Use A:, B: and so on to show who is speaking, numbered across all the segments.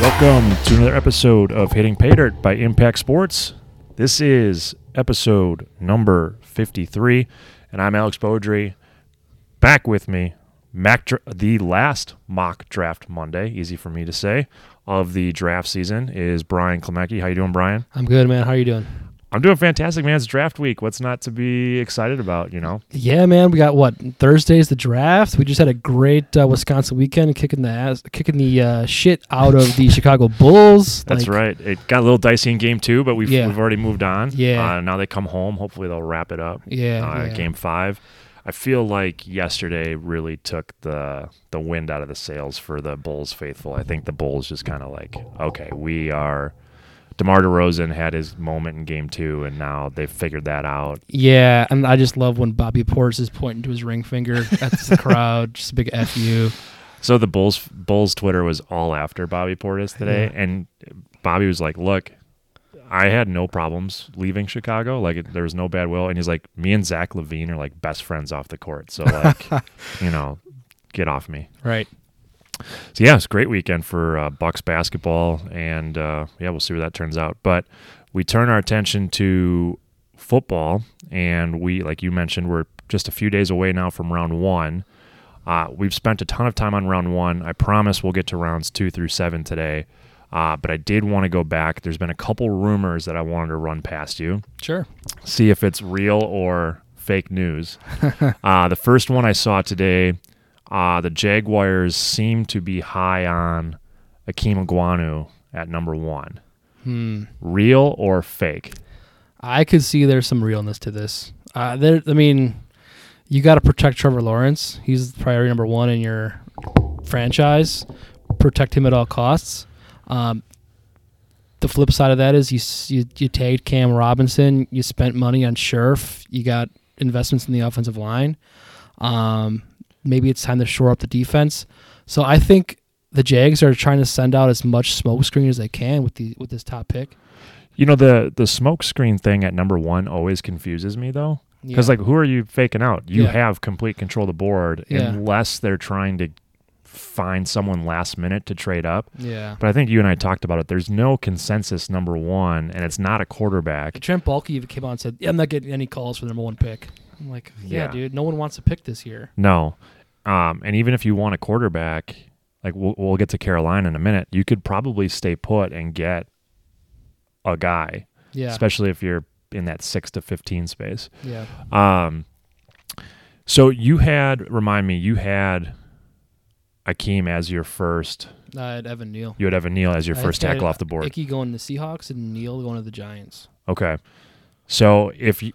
A: Welcome to another episode of Hitting Pay Dirt by Impact Sports. This is episode number 53, and I'm Alex Beaudry. Back with me, Mac dra- the last mock draft Monday, easy for me to say, of the draft season is Brian Klemecki. How you doing, Brian?
B: I'm good, man. How are you doing?
A: I'm doing fantastic, man. It's draft week. What's not to be excited about, you know?
B: Yeah, man. We got what Thursday's the draft. We just had a great uh, Wisconsin weekend, kicking the ass, kicking the uh, shit out of the Chicago Bulls.
A: That's
B: Like,
A: right. It got a little dicey in game two, but we've,
B: Yeah.
A: we've already moved on.
B: Yeah.
A: Uh, now they come home. Hopefully they'll wrap it up.
B: Yeah,
A: uh,
B: yeah.
A: game five. I feel like yesterday really took the the wind out of the sails for the Bulls faithful. I think the Bulls just kind of like, okay, we are. DeMar DeRozan had his moment in game two, and now they've figured that out.
B: Yeah, and I just love when Bobby Portis is pointing to his ring finger at the crowd. Just a big f you.
A: So the Bulls Bulls Twitter was all after Bobby Portis today, and Bobby was like, "Look, I had no problems leaving Chicago. Like it, there was no bad will." And he's like, "Me and Zach Levine are like best friends off the court. So like, you know, get off me."
B: Right.
A: So yeah, it's a great weekend for uh, Bucks basketball, and uh, yeah, we'll see where that turns out. But we turn our attention to football, and we, like you mentioned, we're just a few days away now from round one. Uh, we've spent a ton of time on round one. I promise we'll get to rounds two through seven today. Uh, but I did want to go back. There's been a couple rumors that I wanted to run past you
B: Sure.
A: see if it's real or fake news. uh, the first one I saw today, uh, the Jaguars seem to be high on Akeem Iguanu at number one.
B: Hmm.
A: Real or fake?
B: I could see there's some realness to this. Uh, there. I mean, you got to protect Trevor Lawrence. He's priority number one in your franchise. Protect him at all costs. Um, the flip side of that is you s- you, you tagged Cam Robinson. You spent money on Scherf. You got investments in the offensive line. Um, maybe it's time to shore up the defense. So I think the Jags are trying to send out as much smokescreen as they can with the with this top pick.
A: You know the the smoke screen thing at number one always confuses me though, because like who are you faking out? You
B: Yeah.
A: have complete control of the board
B: Yeah.
A: unless they're trying to find someone last minute to trade up.
B: yeah.
A: But I think you and I talked about it. There's no consensus number one, and it's not a quarterback.
B: Trent Baalke even came out and said, "Yeah, I'm not getting any calls for the number one pick." I'm like, "Yeah,
A: Yeah.
B: dude, no one wants to pick this year."
A: No. Um, and even if you want a quarterback, like we'll, we'll get to Carolina in a minute, you could probably stay put and get a guy,
B: Yeah,
A: especially if you're in that six to 15 space.
B: yeah,
A: Um, so you had, remind me, you had Akeem as your first,
B: I had Evan Neal.
A: you had Evan Neal as your
B: I
A: first
B: had
A: tackle off the board.
B: Icky going to the Seahawks and Neal going to the Giants.
A: Okay. So if you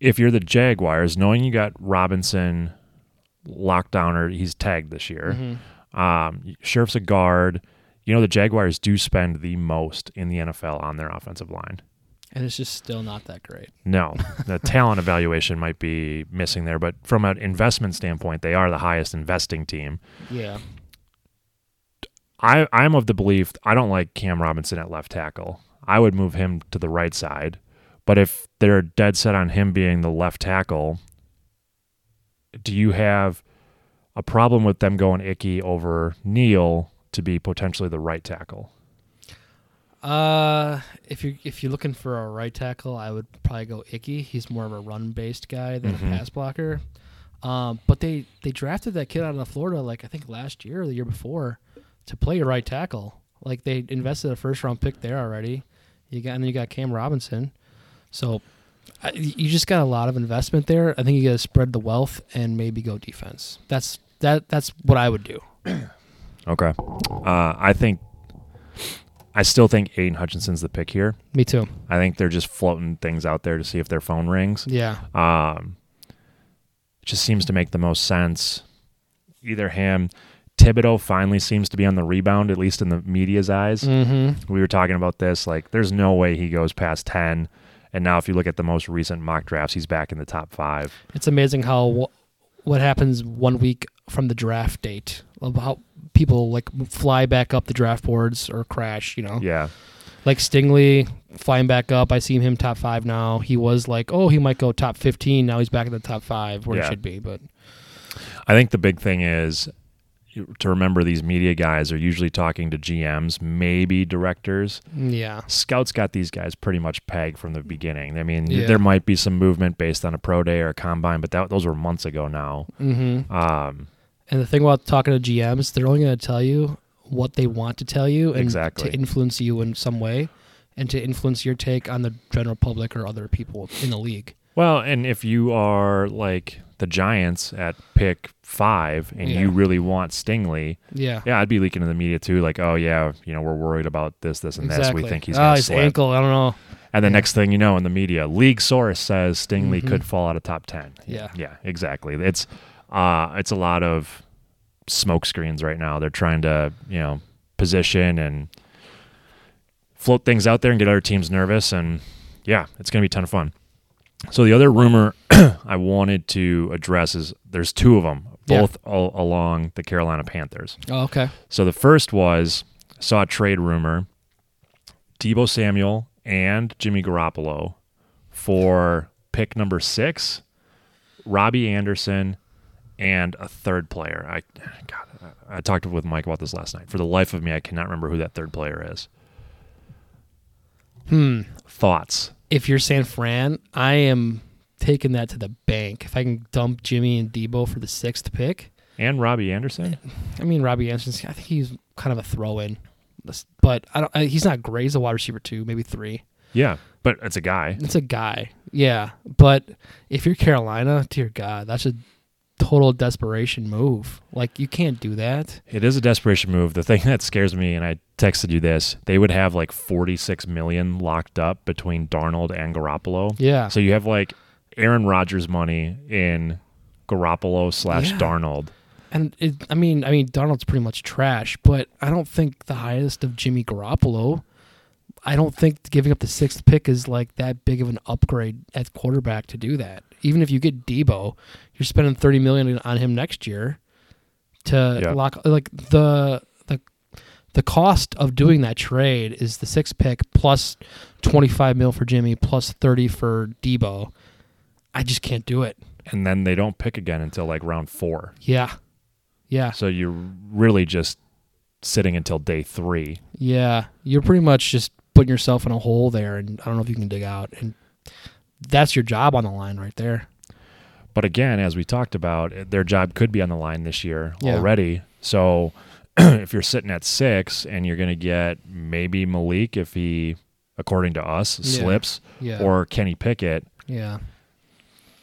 A: if you're the Jaguars, knowing you got Robinson locked down or he's tagged this year,
B: Mm-hmm.
A: um, Sheriff's a guard. You know the Jaguars do spend the most in the NFL on their offensive line.
B: And it's just still not that great.
A: No, the talent evaluation might be missing there, but from an investment standpoint, they are the highest investing team.
B: Yeah,
A: I, I'm of the belief I don't like Cam Robinson at left tackle. I would move him to the right side. But if they're dead set on him being the left tackle, do you have a problem with them going icky over Neal to be potentially the right tackle?
B: uh, if you if you're looking for a right tackle, I would probably go Icky. He's more of a run based guy than
A: Mhm.
B: a pass blocker. Um, but they they drafted that kid out of Florida, like I think last year or the year before, to play right tackle. Like they invested a first round pick there already. You got and then you got Cam Robinson. So I, you just got a lot of investment there. I think you got to spread the wealth and maybe go defense. That's that that's what I would do.
A: Okay. Uh, I think, I still think Aiden Hutchinson's the pick here.
B: Me too.
A: I think they're just floating things out there to see if their phone rings.
B: Yeah.
A: Um, it just seems to make the most sense. Either him, Thibodeau finally seems to be on the rebound, at least in the media's eyes.
B: Mm-hmm.
A: We were talking about this. Like, there's no way he goes past 10. And now, if you look at the most recent mock drafts, he's back in the top five.
B: It's amazing how wh- what happens one week from the draft date about people like fly back up the draft boards or crash. You know,
A: Yeah.
B: like Stingley flying back up. I see him top five now. He was like, oh, he might go top fifteen. Now he's back in the top five where
A: Yeah.
B: he should be. But
A: I think the big thing is to remember these media guys are usually talking to GMs, maybe directors.
B: yeah,
A: Scouts got these guys pretty much pegged from the beginning. I mean,
B: Yeah.
A: there might be some movement based on a pro day or a combine, but that, those were months ago now.
B: mm-hmm.
A: Um,
B: And the thing about talking to GMs, they're only going to tell you what they want to tell you and
A: Exactly.
B: to influence you in some way and to influence your take on the general public or other people in the league.
A: well, and if you are like the Giants at pick five and
B: Yeah.
A: you really want Stingley,
B: Yeah.
A: yeah, I'd be leaking to the media too, like, oh, yeah, you know, we're worried about this, this, and
B: Exactly.
A: this. We think he's
B: oh,
A: going to
B: his
A: slip.
B: ankle. I don't know.
A: And the
B: Yeah.
A: next thing you know, in the media, league source says Stingley
B: Mhm.
A: could fall out of top ten.
B: Yeah.
A: yeah, exactly. It's uh, it's a lot of smoke screens right now. They're trying to you know position and float things out there and get other teams nervous. And yeah, it's gonna be a ton of fun. So the other rumor I wanted to address is there's two of them,
B: Yeah.
A: both all along the Carolina Panthers.
B: Oh, okay.
A: So the first was saw a trade rumor: Debo Samuel and Jimmy Garoppolo for pick number six, Robbie Anderson, and a third player. I God, I, I talked with Mike about this last night. For the life of me, I cannot remember who that third player is.
B: Hmm.
A: Thoughts?
B: If you're San Fran, I am taking that to the bank. If I can dump Jimmy and Debo for the sixth pick,
A: And Robbie Anderson?
B: I mean Robbie Anderson. I think he's kind of a throw-in, This- but I don't. I, he's not great. He's a wide receiver two, maybe three.
A: Yeah, but it's a guy.
B: It's a guy. Yeah. But if you're Carolina, dear God, that's a total desperation move. Like, you can't do that.
A: It is a desperation move. The thing that scares me, and I texted you this, they would have like 46 million locked up between Darnold and Garoppolo.
B: Yeah.
A: So you have like Aaron Rodgers money in Garoppolo slash
B: Yeah.
A: Darnold.
B: And it, I mean, I mean, Donald's pretty much trash, but I don't think the highest of Jimmy Garoppolo. I don't think giving up the sixth pick is like that big of an upgrade at quarterback to do that. Even if you get Debo, you're spending thirty million on him next year to
A: Yeah.
B: lock like the the the cost of doing that trade is the sixth pick plus twenty five mil for Jimmy plus thirty for Debo. I just can't do it.
A: And then they don't pick again until like round four.
B: Yeah. Yeah.
A: So you're really just sitting until day three.
B: Yeah, you're pretty much just putting yourself in a hole there, and I don't know if you can dig out. And that's your job on the line right there.
A: But again, as we talked about, it- their job could be on the line this year
B: Yeah.
A: already. So if you're sitting at six and you're going to get maybe Malik, if he, according to us,
B: Yeah.
A: slips,
B: Yeah.
A: or Kenny Pickett,
B: yeah,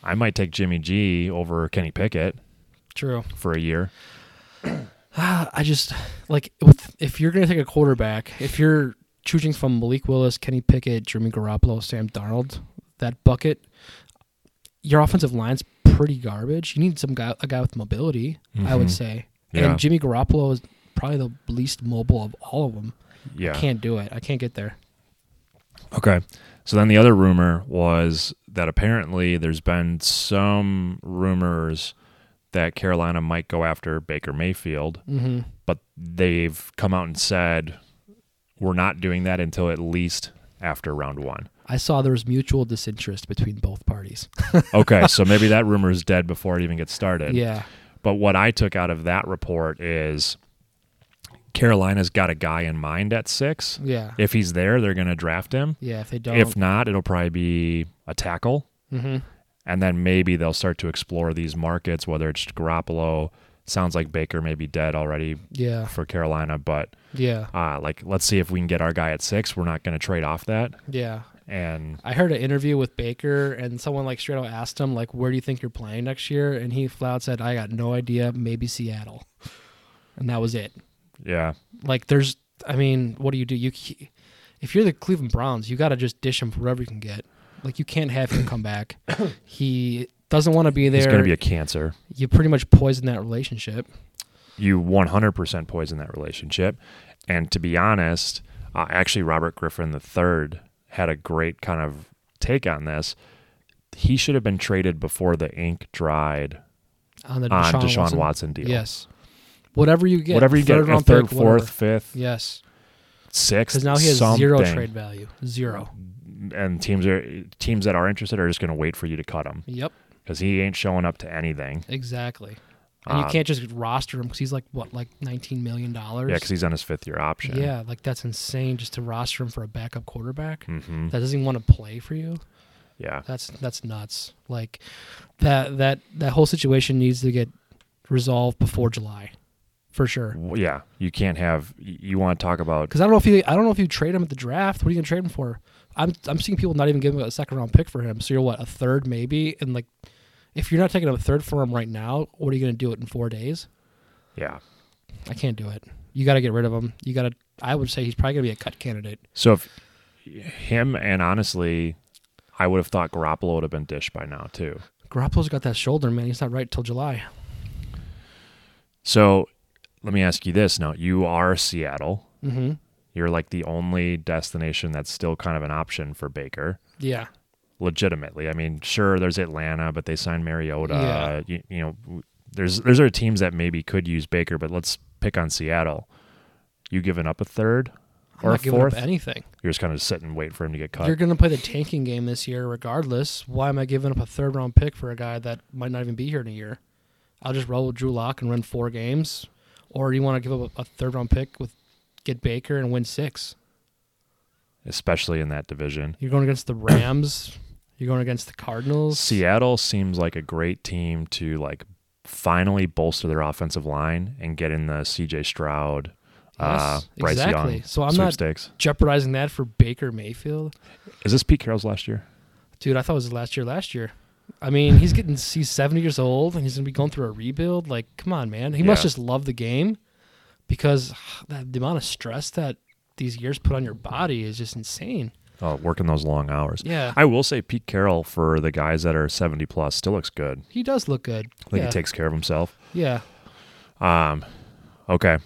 A: I might take Jimmy G over Kenny Pickett
B: true.
A: for a year.
B: Ah, I just like with if you're gonna take a quarterback, if you're choosing from Malik Willis, Kenny Pickett, Jimmy Garoppolo, Sam Darnold, that bucket, your offensive line's pretty garbage. You need some guy, a guy with mobility, I would
A: Mhm.
B: say.
A: Yeah.
B: And Jimmy Garoppolo is probably the least mobile of all of them.
A: Yeah.
B: Can't do it. I can't get there.
A: Okay. So then the other rumor was that apparently there's been some rumors that Carolina might go after Baker Mayfield,
B: Mm-hmm.
A: but they've come out and said we're not doing that until at least after round one.
B: I saw there was mutual disinterest between both parties.
A: Okay, so maybe that rumor is dead before it even gets started.
B: yeah.
A: But what I took out of that report is Carolina's got a guy in mind at six.
B: Yeah.
A: If he's there, they're going to draft him.
B: yeah. If they don't.
A: If not, it'll probably be a tackle.
B: hmm
A: and then maybe they'll start to explore these markets. Whether it's Garoppolo, sounds like Baker may be dead already
B: Yeah.
A: for Carolina, but
B: Yeah.
A: uh, like let's see if we can get our guy at six. We're not going to trade off that,
B: Yeah.
A: and
B: I heard an interview with Baker, and someone like straight out asked him, like, where do you think you're playing next year? And he flat out said, I got no idea. Maybe Seattle. And that was it.
A: yeah,
B: Like, there's, I mean, what do you do? You, c- If you're the Cleveland Browns, you got to just dish him for whatever you can get. Like, you can't have him come back. He doesn't want to be
A: he's
B: there.
A: going to be a cancer.
B: you pretty much poison that relationship.
A: You 100% poison that relationship. And to be honest, uh, actually Robert Griffin III had a great kind of take on this. He should have been traded before the ink dried
B: on the
A: on
B: Deshaun,
A: Deshaun Watson,
B: Watson.
A: deal.
B: Yes, whatever you get,
A: whatever you get, a
B: round
A: third,
B: pick, whatever.
A: fourth, fifth,
B: Yes,
A: sixth.
B: because now he has zero
A: something.
B: trade value. Zero.
A: And teams are teams that are interested are just going to wait for you to cut him
B: Yep,
A: because he ain't showing up to anything.
B: exactly. And
A: Uh,
B: you can't just roster him because he's like what, like nineteen million dollars.
A: Yeah, because he's on his fifth year option.
B: yeah, like that's insane just to roster him for a backup quarterback
A: hmm
B: that doesn't even want to play for you.
A: Yeah.
B: That's that's nuts. Like that that that whole situation needs to get resolved before July, for sure.
A: W- Yeah. You can't have. y- You want to talk about?
B: Because I don't know if you I don't know if you trade him at the draft. What are you gonna trade him for? I'm I'm seeing people not even giving a second round pick for him. So you're what a third maybe, and like if you're not taking a third for him right now, what are you gonna do it in four days?
A: Yeah.
B: I can't do it. You got to get rid of him. You got to. I would say he's probably gonna be a cut candidate.
A: So if him and honestly, I would have thought Garoppolo would have been dished by now too.
B: Garoppolo's got that shoulder, man. He's not right till July.
A: So let me ask you this now. You are Seattle.
B: Mm-hmm.
A: You're like the only destination that's still kind of an option for Baker.
B: Yeah.
A: Legitimately, I mean, sure, there's Atlanta, but they signed Mariota.
B: Yeah.
A: You, you know, w- there's there's other teams that maybe could use Baker, but let's pick on Seattle. You giving up a third
B: I'm
A: or a
B: not giving
A: fourth?
B: up anything.
A: You're just kind of sitting, waiting for him to get cut.
B: You're going to play the tanking game this year, regardless. Why am I giving up a third round pick for a guy that might not even be here in a year? I'll just roll with Drew Lock and run four games. Or you want to give up a a third round pick with get Baker and win six?
A: especially in that division.
B: You're going against the Rams. You're going against the Cardinals.
A: Seattle seems like a great team to like finally bolster their offensive line and get in the CJ Stroud, uh,
B: Yes,
A: Bryce
B: exactly.
A: Young
B: So I'm not-
A: sweepstakes.
B: Jeopardizing that for Baker Mayfield.
A: Is this Pete Carroll's last year?
B: Dude, I thought it was last year. Last year, I mean, he's getting he's seventy years old and he's gonna be going through a rebuild. Like, come on, man. He must
A: Yeah.
B: just love the game because that, the amount of stress that these years put on your body is just insane.
A: Oh, working those long hours.
B: Yeah,
A: I will say Pete Carroll for the guys that are 70 plus still looks good.
B: he does look good.
A: I think
B: yeah.
A: he takes care of himself.
B: yeah,
A: Um, okay.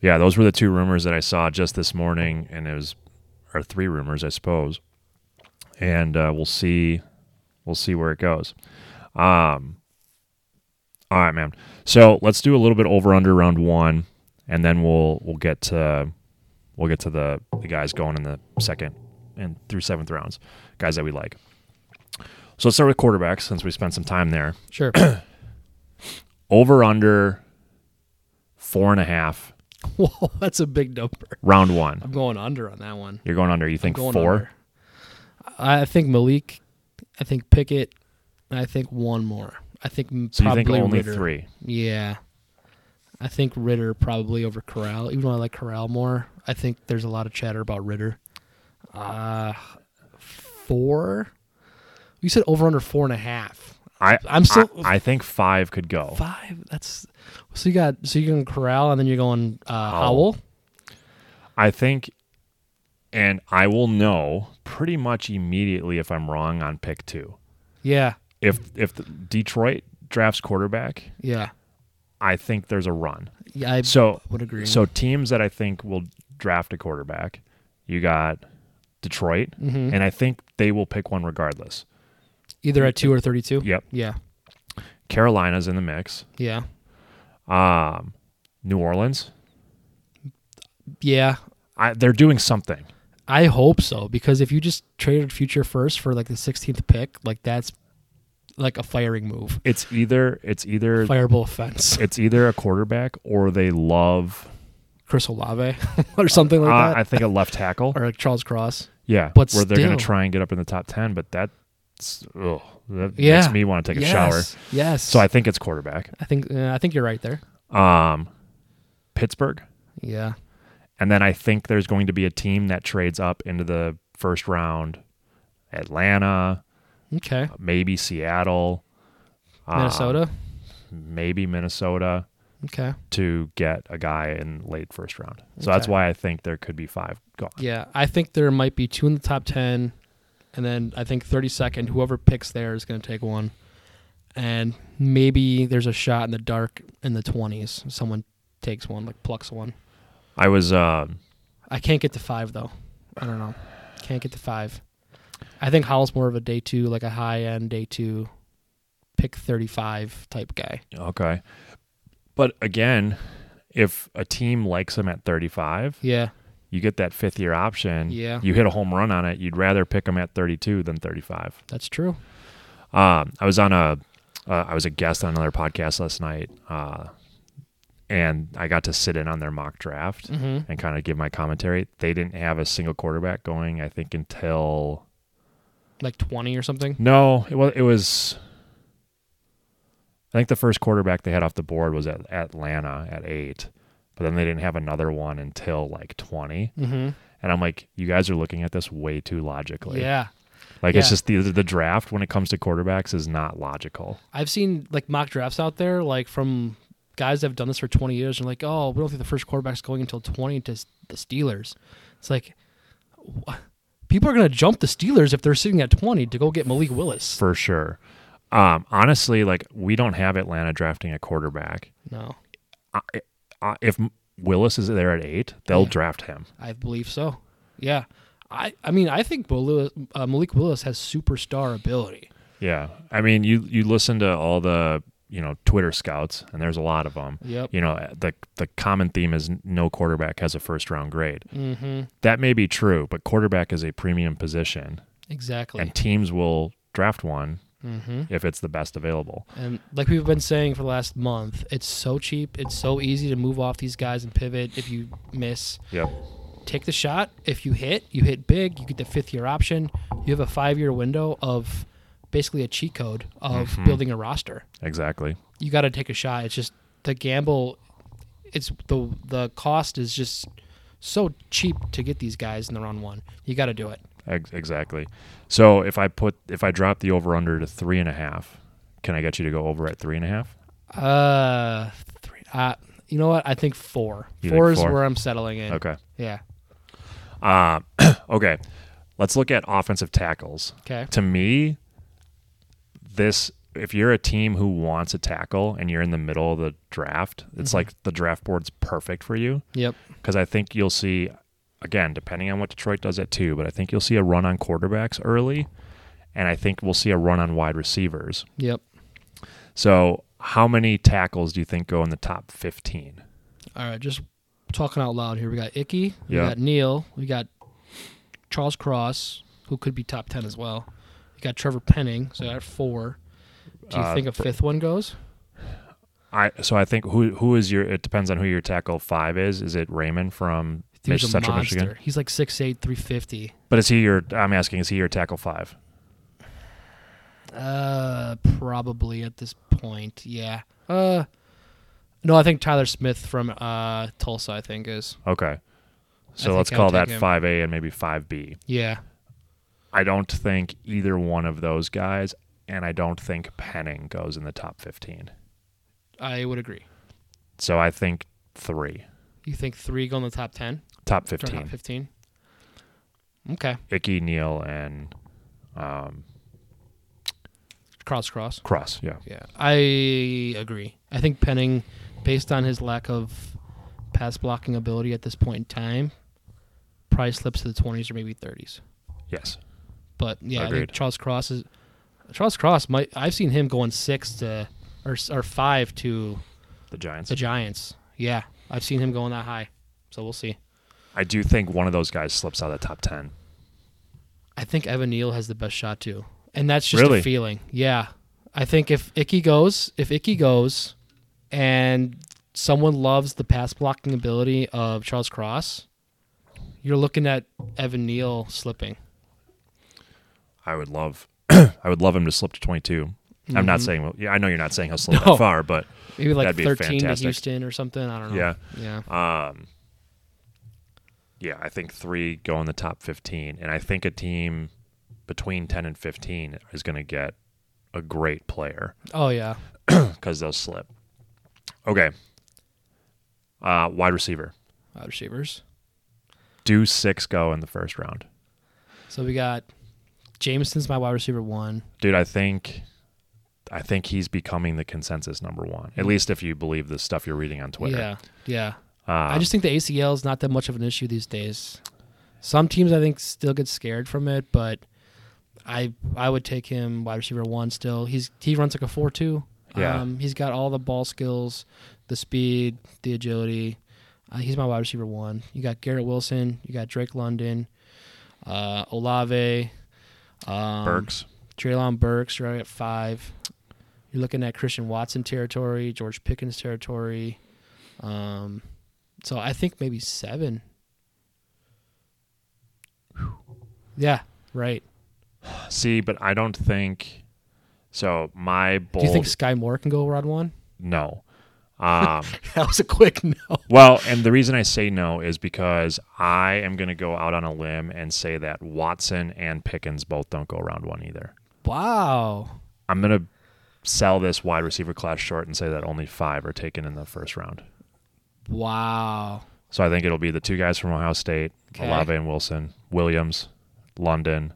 A: Yeah, those were the two rumors that I saw just this morning, and it was, or three rumors, I suppose. And uh, we'll see, we'll see where it goes. Um, all right, man. So let's do a little bit over under round one, and then we'll we'll get to we'll get to the the guys going in the second and through seventh rounds, guys that we like. So let's start with quarterbacks since we spent some time there
B: sure.
A: over under four and a half
B: Whoa, that's a big number.
A: round one
B: I'm going under on that one.
A: you're going under you think
B: I'm going
A: four
B: under. I I think Malik. I think Pickett. And I think one more. I think m-
A: so you
B: probably
A: think only
B: Ritter.
A: three
B: Yeah. I think Ritter probably over Corral, even though I like Corral more. I think there's a lot of chatter about Ritter. Uh, four? You said over under four and a half.
A: i
B: I'm still-
A: i, I think five could go
B: Five? That's. So you got. So you're going Corral and then you're going uh,
A: Howell.
B: Howell?
A: i think and i will know pretty much immediately if i'm wrong on pick two
B: Yeah.
A: if if the detroit drafts quarterback
B: Yeah.
A: i think there's a run
B: Yeah. I
A: so
B: would agree.
A: so teams that i think will draft a quarterback you got detroit
B: Mhm.
A: and i think they will pick one regardless
B: either at two or 32?
A: yep
B: Yeah.
A: carolina's in the mix
B: Yeah.
A: um, New Orleans.
B: Yeah.
A: I, they're doing something.
B: I hope so because if you just traded future first for like the 16th pick, like that's like a firing move,
A: It's either it's either
B: fireable offense.
A: it's either a quarterback or they love
B: Chris Olave or something like
A: uh,
B: that,
A: I think a left tackle.
B: or like Charles Cross.
A: yeah,
B: but
A: where they're going
B: still.
A: to try and get up in the top ten, but that's ugh, that
B: Yeah.
A: makes me want to take a shower.
B: Yes.
A: So I think it's quarterback.
B: I think uh, I think you're right there.
A: Um, Pittsburgh,
B: Yeah.
A: and then I think there's going to be a team that trades up into the first round. Atlanta,
B: Okay.
A: maybe Seattle, um,
B: Minnesota.
A: maybe Minnesota.
B: Okay.
A: to get a guy in late first round. So that's
B: Okay.
A: why I think there could be five gone.
B: Yeah, I think there might be two in the top ten, and then I think 32nd. Whoever picks there is going to take one, and maybe there's a shot in the dark in the 20s. Someone takes one, like plucks one.
A: I was uh,
B: I can't get to five though. I don't know. Can't get to five. I think Howell's more of a day two, like a high end day two, pick thirty five type guy.
A: okay, but again, if a team likes him at 35,
B: Yeah.
A: you get that fifth year option.
B: Yeah.
A: You hit a home run on it. You'd rather pick him at 32 than 35.
B: That's true.
A: Um, I was on a, uh, I was a guest on another podcast last night, uh, and I got to sit in on their mock draft
B: Mm-hmm.
A: and kind of give my commentary. They didn't have a single quarterback going, I think, until
B: Like 20 or something.
A: no, it was it was. I think the first quarterback they had off the board was at Atlanta at eight, but then they didn't have another one until like twenty.
B: Mm-hmm.
A: And I'm like, you guys are looking at this way too logically.
B: Yeah.
A: Like it's
B: yeah.
A: just the the draft when it comes to quarterbacks is not logical.
B: I've seen like mock drafts out there, like from guys that have done this for 20 years, and like, oh, we don't think the first quarterback's going until 20 to s- the Steelers. It's like, wha- people are going to jump the Steelers if they're sitting at 20 to go get Malik Willis.
A: for sure. Um, honestly, like we don't have Atlanta drafting a quarterback.
B: No,
A: I, I, if Willis is there at eight, they'll
B: Yeah.
A: draft him.
B: I believe so. Yeah. I, I mean, I think Bo Lewis, uh, Malik Willis has superstar ability.
A: Yeah, I mean, you you listen to all the you know Twitter scouts, and there's a lot of them.
B: Yep.
A: You know, the the common theme is no quarterback has a first round grade.
B: Mm-hmm.
A: That may be true, but quarterback is a premium position,
B: Exactly.
A: and teams will draft one
B: mm-hmm.
A: if it's the best available.
B: And like we've been saying for the last month, it's so cheap. It's so easy to move off these guys and pivot if you miss.
A: Yep.
B: Take the shot. If you hit, you hit big. You get the fifth year option. You have a five year window of basically a cheat code of building a roster.
A: Exactly.
B: You got to take a shot. It's just the gamble. It's the the cost is just so cheap to get these guys in the round one. You got to do it.
A: Ex- exactly. So if I put if I drop the over under to three and a half, can I get you to go over at three and a half?
B: Uh, three. Uh, you know what? I think four.
A: You think
B: four is
A: four?
B: where I'm settling in.
A: Okay.
B: Yeah.
A: Um, okay. Let's look at offensive tackles.
B: Okay.
A: To me, this if you're a team who wants a tackle and you're in the middle of the draft, it's
B: Mm-hmm.
A: like the draft board's perfect for you
B: Yep.
A: because I think you'll see again depending on what Detroit does at two, but I think you'll see a run on quarterbacks early, and I think we'll see a run on wide receivers.
B: Yep.
A: So, how many tackles do you think go in the top 15?
B: All right, just talking out loud here. We got Icky, we
A: Yeah.
B: got Neil, we got Charles Cross, who could be top ten as well. We got Trevor Penning, so at four. Do you
A: Uh,
B: think a fifth one goes?
A: I so I think who who is your it depends on who your tackle 5 is. Is it Raymond from
B: Dude's
A: Mich-
B: a
A: Central
B: monster.
A: Michigan?
B: He's like 6'8", 350.
A: But is he your I'm asking is he your tackle 5?
B: Uh, probably at this point, yeah. Uh, no, I think Tyler Smith from uh Tulsa, I think is
A: Okay. So
B: think
A: let's
B: I would
A: call
B: take
A: that
B: him.
A: 5A and maybe 5B.
B: yeah.
A: I don't think either one of those guys and I don't think Penning goes in the top 15.
B: I would agree.
A: So I think 3.
B: You think three go in the top ten?
A: Top
B: Or top
A: 15.
B: fifteen. Okay,
A: Icky, Neal and um,
B: Cross Cross.
A: Cross, yeah.
B: Yeah, I agree. I think Penning, based on his lack of pass blocking ability at this point in time, probably slips to the twenties or maybe thirties.
A: Yes.
B: But yeah, I
A: Agreed.
B: think Charles Cross is Charles Cross. Might I've seen him going six to or s- or five to
A: The Giants.
B: the Giants. Yeah, I've seen him going that high. So we'll see.
A: I do think one of those guys slips out of the top 10.
B: I think Evan Neal has the best shot too, and that's just
A: Really?
B: a feeling. Yeah, I think if Icky goes, if Icky goes, and someone loves the pass blocking ability of Charles Cross, you're looking at Evan Neal slipping.
A: I would love, I would love him to slip to 22. I'm not saying, well, yeah, I know you're not saying he'll slip
B: Mm-hmm. No.
A: that far, but
B: Maybe like
A: That'd be
B: 13 to
A: fantastic.
B: Houston or something. I don't know.
A: Yeah.
B: yeah,
A: Um, yeah, I think three go in the top 15, and I think a team between 10 and 15 is going to get a great player
B: oh yeah.
A: because they'll slip. Okay, uh, wide receiver.
B: Wide receivers.
A: Do six go in the first round,
B: So we got Jameson's my wide receiver one.
A: dude? I think. I think he's becoming the consensus number one, at least if you believe the stuff you're reading on Twitter.
B: Mm. Yeah, yeah.
A: Uh,
B: I just think the ACL is not that much of an issue these days. Some teams I think still get scared from it, but I I would take him wide receiver one still. He's he runs like a four two.
A: Yeah.
B: Um, he's got all the ball skills. the speed, the agility. Uh, he's my wide receiver one. You got Garrett Wilson. You got Drake London, uh, Olave, um,
A: Burks.
B: Traylon Burks. You're at five. You're looking at Christian Watson territory, George Pickens territory. Um, so I think maybe seven. Yeah, right.
A: See, but I don't think. So my bold.
B: Do you think Sky Moore can go round one?
A: no. Um,
B: That was a quick no.
A: well, and the reason I say no is because I am going to go out on a limb and say that Watson and Pickens both don't go round one either.
B: Wow.
A: I'm going to sell this wide receiver class short and say that only five are taken in the first round.
B: Wow.
A: So I think it'll be the two guys from Ohio State,
B: Okay.
A: Olave and Wilson, Williams, London,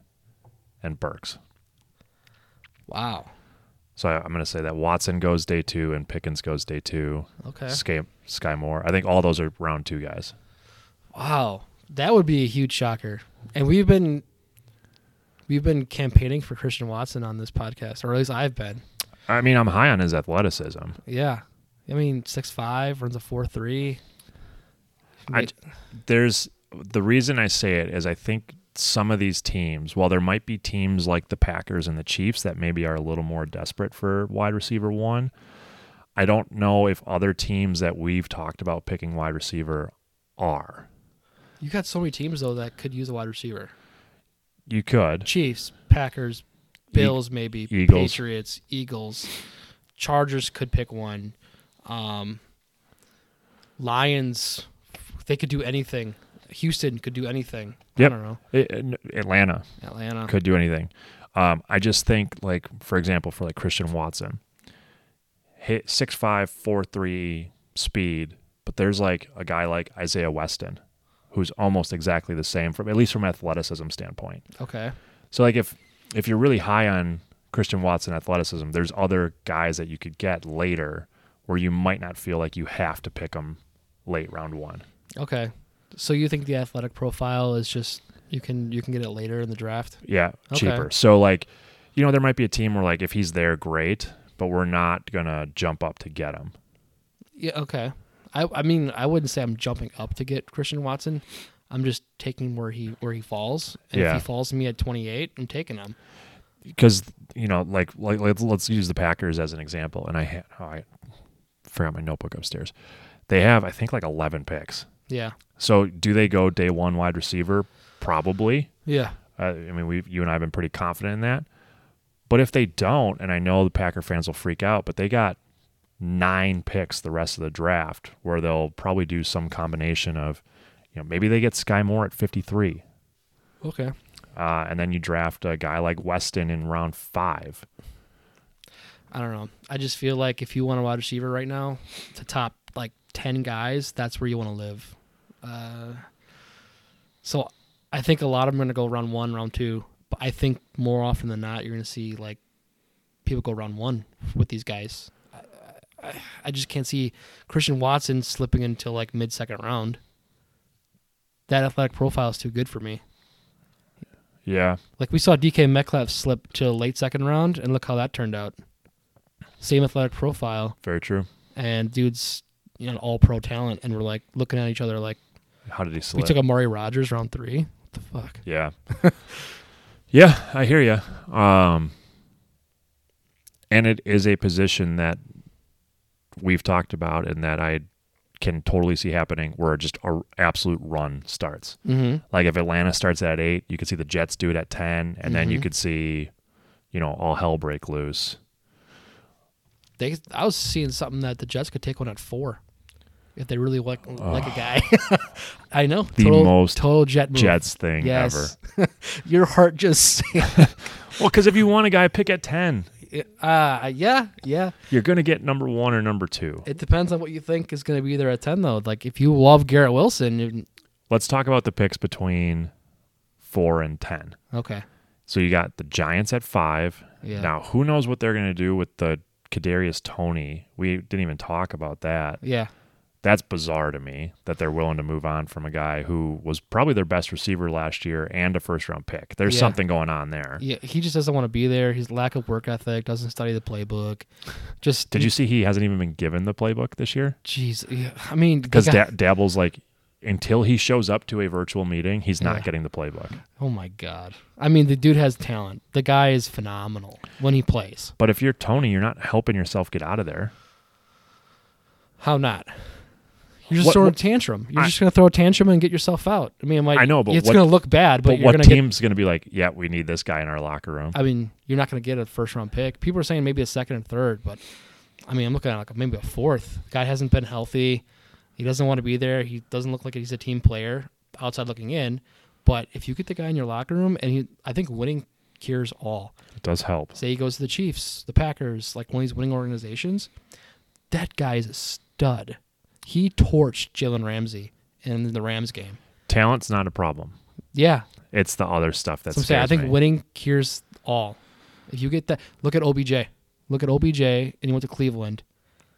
A: and Burks.
B: Wow.
A: So I, I'm going to say that Watson goes day two and Pickens goes day two.
B: Okay.
A: Sky, Sky Moore. I think all those are round two guys.
B: Wow. That would be a huge shocker. And we've been we've been campaigning for Christian Watson on this podcast, or at least I've been.
A: I mean, I'm high on his athleticism.
B: Yeah. I mean, six five runs a four three.
A: I, there's the reason I say it is I think some of these teams, while there might be teams like the Packers and the Chiefs that maybe are a little more desperate for wide receiver one, I don't know if other teams that we've talked about picking wide receiver are.
B: You got so many teams though that could use a wide receiver.
A: You could.
B: Chiefs, Packers, Bills, maybe
A: E Eagles.
B: Patriots, Eagles, Chargers could pick one. Um, Lions, they could do anything. Houston could do anything.
A: Yep.
B: I don't know.
A: It- it- Atlanta
B: Atlanta.
A: could do anything. Um, I just think, like for example, for like Christian Watson, hit six five four three speed, but there's like a guy like Isaiah Weston, who's almost exactly the same from at least from athleticism standpoint.
B: Okay.
A: So like if if you're really high on Christian Watson athleticism, there's other guys that you could get later where you might not feel like you have to pick them late round one.
B: Okay. So you think the athletic profile is just you can you can get it later in the draft?
A: Yeah,
B: Okay.
A: cheaper. So like, you know, there might be a team where like if he's there, great, but we're not gonna jump up to get him.
B: Yeah. Okay. I I mean I wouldn't say I'm jumping up to get Christian Watson. I'm just taking where he where he falls, and
A: Yeah.
B: if he falls to me at 28, I'm taking him.
A: Because you know, like like let's, let's use the Packers as an example. And I ha- oh, I forgot my notebook upstairs. They have I think like eleven picks.
B: Yeah.
A: So do they go day one wide receiver? Probably.
B: Yeah.
A: Uh, I mean, we you and I have been pretty confident in that. But if they don't, and I know the Packer fans will freak out, but they got nine picks the rest of the draft where they'll probably do some combination of, you know, maybe they get Sky Moore at 53,
B: Okay.
A: uh, and then you draft a guy like Weston in round five.
B: I don't know. I just feel like if you want a wide receiver right now to top like 10 guys, that's where you want to live. Uh, so I think a lot of them are going to go round one, round two. But I think more often than not, you're going to see like people go round one with these guys. I, I, I just can't see Christian Watson slipping into like mid second round. That athletic profile is too good for me.
A: Yeah,
B: Like we saw DK Metcalf slip to late second round, and look how that turned out. Same athletic profile,
A: very true.
B: and dude's you know all pro talent, and we're like looking at each other like
A: How did he
B: we
A: slip?
B: took Amari Rogers round three. What the fuck?
A: yeah, yeah, I hear you. Um, and it is a position that we've talked about, and that I can totally see happening, where just a absolute run starts.
B: Mm-hmm.
A: Like if Atlanta starts at eight, you could see the Jets do it at ten, and then you
B: Mhm.
A: could see, you know, all hell break loose.
B: They, I was seeing something that the Jets could take one at four, if they really like like a
A: Oh.
B: guy. I know
A: The
B: total,
A: most
B: total Jet move.
A: Jets thing
B: yes. Your heart just
A: ever. Well, because if you want a guy pick at ten,
B: uh yeah yeah.
A: you're gonna get number one or number two.
B: It depends on what you think is going to be there at ten though. Like if you love Garrett Wilson, you-
A: Let's talk about the picks between four and ten.
B: okay.
A: So you got the Giants at five.
B: Yeah.
A: Now who knows what they're gonna do with the Kadarius Tony? We didn't even talk about that.
B: Yeah.
A: that's bizarre to me that they're willing to move on from a guy who was probably their best receiver last year and a first round pick. There's
B: Yeah.
A: something going on there.
B: Yeah, he just doesn't want to be there. His lack of work ethic doesn't study the playbook. Just
A: Did you see he hasn't even been given the playbook this year?
B: Jeez, yeah, I mean,
A: Because
B: the guy-
A: da- Dabble's like, until he shows up to a virtual meeting, he's not
B: Yeah.
A: getting the playbook.
B: oh my god, I mean, the dude has talent. The guy is phenomenal when he plays.
A: But if you're Tony, you're not helping yourself get out of there.
B: How not? You're just
A: What-
B: throwing
A: what-
B: a tantrum. You're
A: I-
B: just gonna throw a tantrum and get yourself out. I mean, like
A: I know, but
B: it's
A: what-
B: gonna look bad, but,
A: But,
B: you're
A: what
B: gonna get.
A: team's going to be like, yeah, we need this guy in our locker room?
B: I mean, you're not gonna get a first round pick. People are saying maybe a second and third, but I mean, I'm looking at like maybe a fourth. Guy hasn't been healthy. He doesn't want to be there. He doesn't look like he's a team player outside looking in. But if you get the guy in your locker room, and he, I think winning cures all.
A: it does help.
B: say he goes to the Chiefs, the Packers, like one of these winning organizations, that guy is a stud. He torched Jalen Ramsey in the Rams game.
A: Talent's not a problem.
B: Yeah,
A: It's the other stuff that's.
B: so I'm saying I think winning cures all. If you get that, look at OBJ. Look at OBJ, and he went to Cleveland,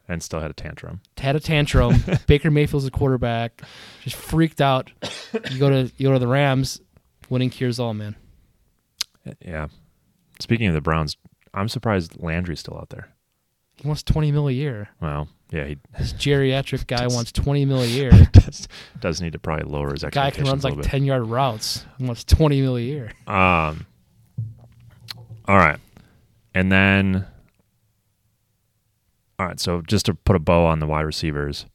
A: and still had a tantrum.
B: had a tantrum. Baker Mayfield's the quarterback, just freaked out. You go to you go to the Rams, winning cures all, man.
A: Yeah. Speaking of the Browns, I'm surprised Landry's still out there.
B: He wants 20 mil a year.
A: Well, yeah, he
B: This geriatric guy wants 20 mil a year.
A: does, does need to probably lower his
B: guy can
A: expectations
B: run
A: a
B: like
A: little bit.
B: 10 yard routes and wants 20 mil a year.
A: Um, all right. And then, all right. So just to put a bow on the wide receivers,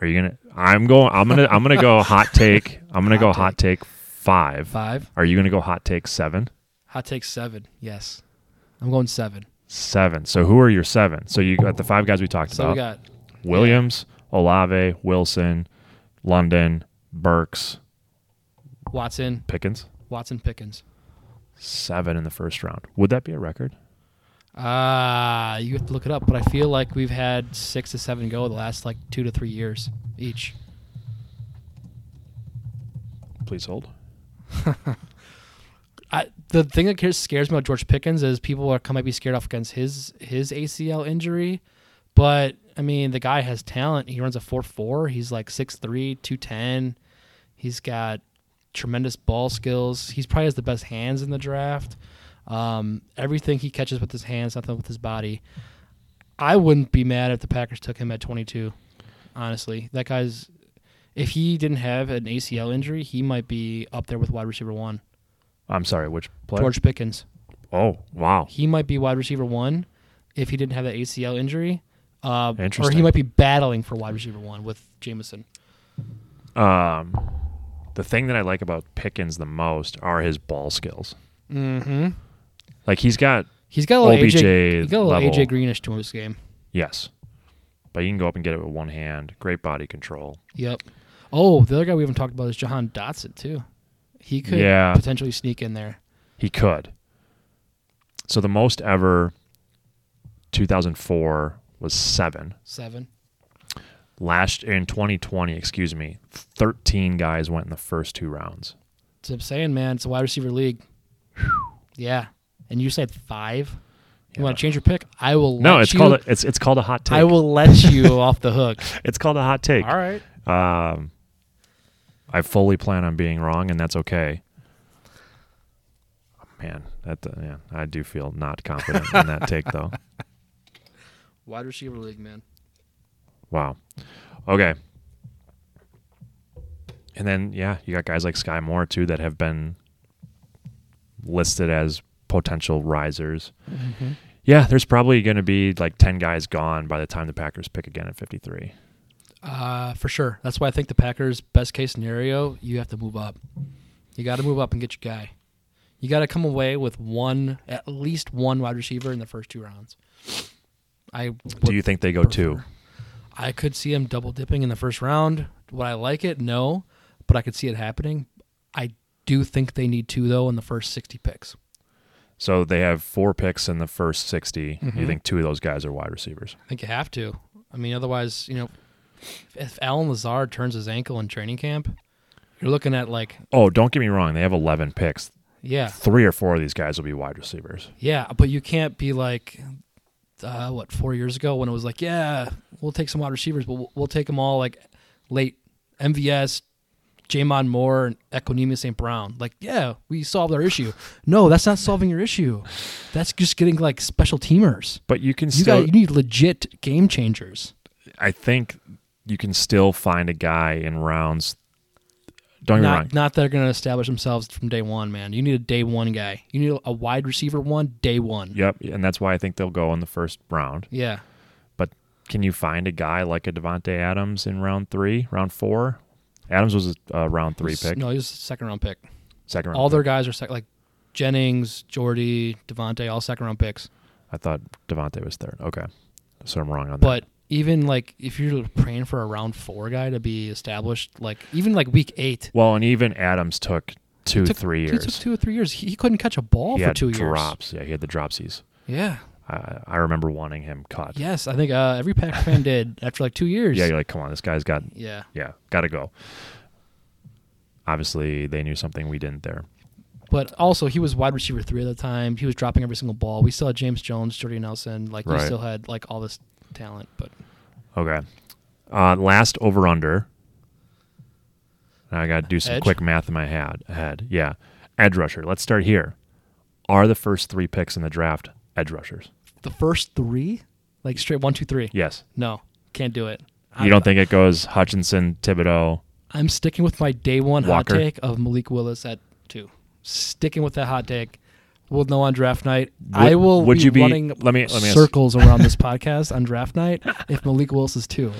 A: are you gonna? I'm going. I'm gonna. I'm gonna go hot take. I'm gonna go
B: Hot
A: hot take five.
B: Five.
A: Are you gonna go hot take seven?
B: Hot take seven. Yes. I'm going seven.
A: Seven. So who are your seven? So you got the five guys we talked
B: So
A: about:
B: we got
A: Williams, Olave, Wilson, London, Burks,
B: Watson,
A: Pickens.
B: Watson Pickens.
A: Seven in the first round. Would that be a record?
B: Ah, you have to look it up, but I feel like we've had six to seven go the last like two to three years each.
A: Please hold.
B: I, the thing that cares- scares me about George Pickens is people are might be scared off against his his ACL injury, but I mean the guy has talent. He runs a four four. He's like 6'3", 210. He's got tremendous ball skills. He's probably has the best hands in the draft. Um, everything he catches with his hands, nothing with his body. I wouldn't be mad if the Packers took him at twenty two. Honestly, that guy's if he didn't have an ACL injury, he might be up there with wide receiver one.
A: I'm sorry, which player?
B: George Pickens.
A: Oh, wow.
B: he might be wide receiver one if he didn't have that ACL injury. Uh, or he
A: Interesting.
B: might be battling for wide receiver one with Jamison.
A: Um, the thing that I like about Pickens the most are his ball skills.
B: Mm-hmm.
A: Like he's got
B: He's got a little
A: OBJ
B: AJ. He's got a little
A: level.
B: AJ Greenish to his game.
A: yes, but you can go up and get it with one hand. Great body control.
B: Yep. Oh, the other guy we haven't talked about is Jahan Dotson too. He could
A: Yeah.
B: potentially sneak in there.
A: He could. So the most ever, 2004 was seven.
B: Seven.
A: Last in 2020, excuse me, 13 guys went in the first two rounds.
B: That's what I'm saying, man. It's a wide receiver league. Yeah. And you said five. You want
A: Yeah.
B: to change your pick? I will.
A: No,
B: let
A: it's
B: you,
A: called a, it's it's called a hot take.
B: I will let you off the hook.
A: it's called a hot take.
B: All right.
A: Um, I fully plan on being wrong, and that's okay. Man, that uh, yeah, I do feel not confident in that take though.
B: Wide receiver league, man.
A: Wow. Okay. And then yeah, you got guys like Sky Moore too that have been listed as potential risers. Mm-hmm. Yeah, there's probably going to be like 10 guys gone by the time the Packers pick again at 53.
B: Uh, for sure. That's why I think the Packers' best case scenario, you have to move up. You got to move up and get your guy. You got to come away with one, at least one wide receiver in the first two rounds. I
A: Do you think they go 2?
B: I could see him double dipping in the first round. Would I like it? No, but I could see it happening. I do think they need two though in the first sixty picks.
A: So they have four picks in the first 60. You think two of those guys are wide receivers?
B: I think you have to. I mean, otherwise, you know, if- if Alan Lazard turns his ankle in training camp, you're looking at like,
A: Oh, don't get me wrong. They have 11 picks.
B: yeah,
A: Three or four of these guys will be wide receivers.
B: Yeah, but you can't be like uh, what four years ago when it was like, yeah, we'll take some wide receivers, but we'll, we'll take them all like late MVS, Jamon Moore, and Equinemius St. Brown. Like, yeah, we solved our issue. No, that's not solving your issue. That's just getting like special teamers.
A: But you can
B: You
A: still.
B: got you need legit game changers.
A: I think you can still find a guy in rounds. Don't get me
B: not
A: wrong.
B: not that they're going to establish themselves from day one, man. You need a day one guy. You need a wide receiver one day one.
A: Yep, and that's why I think they'll go in the first round.
B: Yeah.
A: But can you find a guy like a Devonte Adams in round three, round four? Adams was a uh, round three pick,
B: No, he was a second round pick.
A: second round.
B: all
A: pick.
B: their guys are sec- like Jennings, Jordy, Devontae, all second round picks.
A: I thought Devonte was third. Okay, so I'm wrong on that.
B: But even like if you're praying for a round four guy to be established, like even like week eight,
A: Well, and even Adams took two,
B: Took-
A: three
B: he
A: years.
B: took two or three years, he, he couldn't catch a ball
A: he
B: for
A: had
B: two
A: drops. Yeah, he had the dropsies.
B: years. Yeah.
A: I, I remember wanting him caught.
B: Yes, I think uh, every Packer fan did after like two years.
A: yeah, you're like, come on, this guy's got
B: Yeah.
A: yeah, got to go. Obviously, they knew something we didn't there.
B: But also, he was wide receiver three at the time. He was dropping every single ball. We still had James Jones, Jordy Nelson. Like we
A: Right.
B: still had like all this talent. But
A: Okay. Uh, last over under. Now I got to do some
B: Edge?
A: quick math in my head. Head, yeah. Edge rusher. Let's start here. Are the first three picks in the draft edge rushers?
B: the first three, like straight one, two, three.
A: Yes.
B: No, can't do it.
A: You don't think it goes Hutchinson, Thibodeau?
B: I'm sticking with my day one
A: Walker.
B: hot take of Malik Willis at two. Sticking with that hot take. We'll know on draft night. I will
A: would
B: be
A: you be-
B: running
A: let me- let me ask-
B: circles around this podcast on draft night if Malik Willis is two.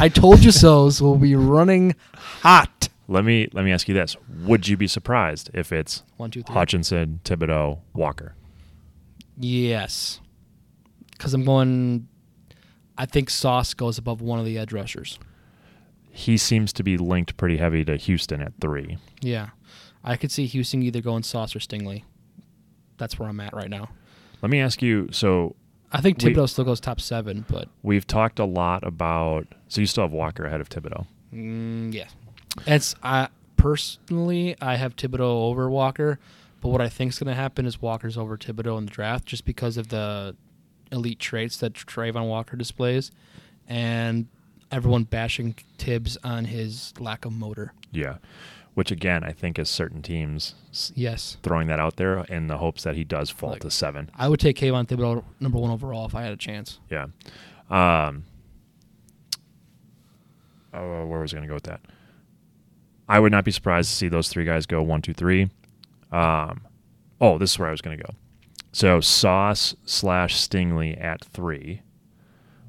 B: I told you so's will be running hot.
A: Let me let me ask you this: Would you be surprised if it's
B: One, two, three.
A: Hutchinson, Thibodeau, Walker?
B: Yes. Because I'm going, I think Sauce goes above one of the edge rushers.
A: He seems to be linked pretty heavy to Houston at three.
B: Yeah. I could see Houston either going Sauce or Stingley. That's where I'm at right now.
A: Let me ask you: So
B: I think
A: Wait.
B: Thibodeau still goes top seven, but
A: we've talked a lot about. So you still have Walker ahead of Thibodeau.
B: Mm, yeah. It's I personally I have Thibodeau over Walker, but what I think is going to happen is Walker's over Thibodeau in the draft just because of the elite traits that Trayvon Walker displays, and everyone bashing Tibbs on his lack of motor.
A: Yeah, which again I think is certain teams s-
B: Yes,
A: throwing that out there in the hopes that he does fall
B: Like-
A: to seven.
B: I would take Kayvon Thibodeau number one overall if I had a chance.
A: Yeah. Um, oh, where was I going to go with that? I would not be surprised to see those three guys go one, two, three. Um, oh, this is where I was going to go. So Sauce slash Stingley at three.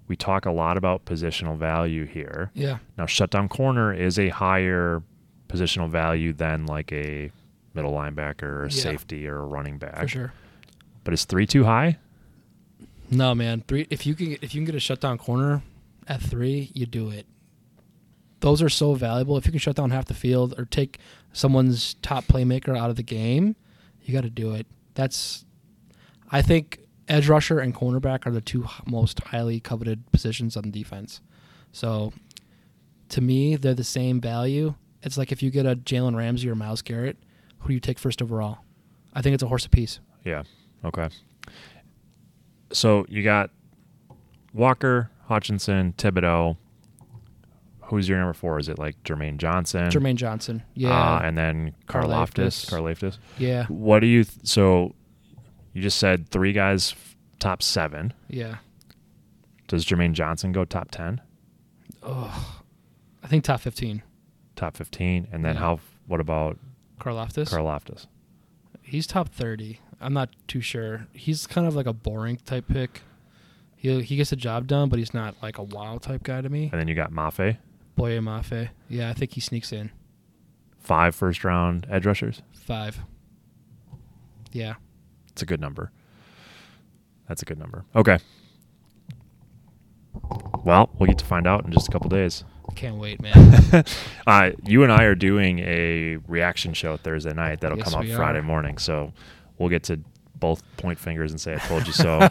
A: We talk a lot about positional value here.
B: Yeah,
A: Now, shutdown corner is a higher positional value than like a middle linebacker or a
B: Yeah.
A: safety or a running back.
B: for sure.
A: But is three too high?
B: No man, three. If you can, if you can get a shutdown corner at three, you do it. Those are so valuable. If you can shut down half the field or take someone's top playmaker out of the game, you got to do it. That's, I think, edge rusher and cornerback are the two h- most highly coveted positions on defense. So, to me, they're the same value. It's like if you get a Jalen Ramsey or Miles Garrett, who do you take first overall? I think it's a horse apiece.
A: Yeah. Okay. So you got Walker, Hutchinson, Thibodeau. Who's your number four? Is it like Jermaine Johnson?
B: Jermaine Johnson, yeah,
A: Uh, and then Karloftis. Karloftis.
B: yeah,
A: What do you? Th- so you just said three guys f- top seven.
B: yeah.
A: Does Jermaine Johnson go top ten,
B: Oh, I think top 15.
A: top fifteen, and then
B: Yeah.
A: how? What about
B: Karloftis.
A: Karloftis?
B: he's top 30. I'm not too sure. He's kind of like a boring type pick. He he gets the job done, but he's not like a wow type guy to me.
A: And then you got Mafe.
B: Boye Mafe. Yeah, I think he sneaks in.
A: Five first round edge rushers.
B: Five. Yeah.
A: It's a good number. That's a good number. Okay. Well, we'll get to find out in just a couple days.
B: Can't wait, man.
A: uh, you and I are doing a reaction show Thursday night that'll
B: Yes,
A: come out
B: we
A: Friday
B: are.
A: morning. So we'll get to both point fingers and say, I told you so,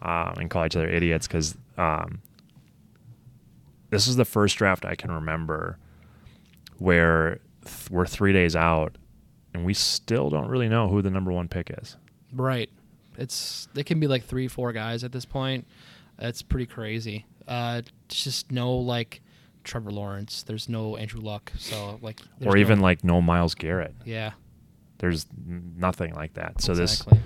A: um, and call each other idiots because um, this is the first draft I can remember where th- we're three days out and we still don't really know who the number one pick is.
B: right. It's they can be like three, four guys at this point. It's pretty crazy. Uh, it's just no like Trevor Lawrence. There's no Andrew Luck. So like, there's
A: or even
B: no-
A: like no Miles Garrett.
B: yeah,
A: There's n- nothing like that. So this
B: exactly.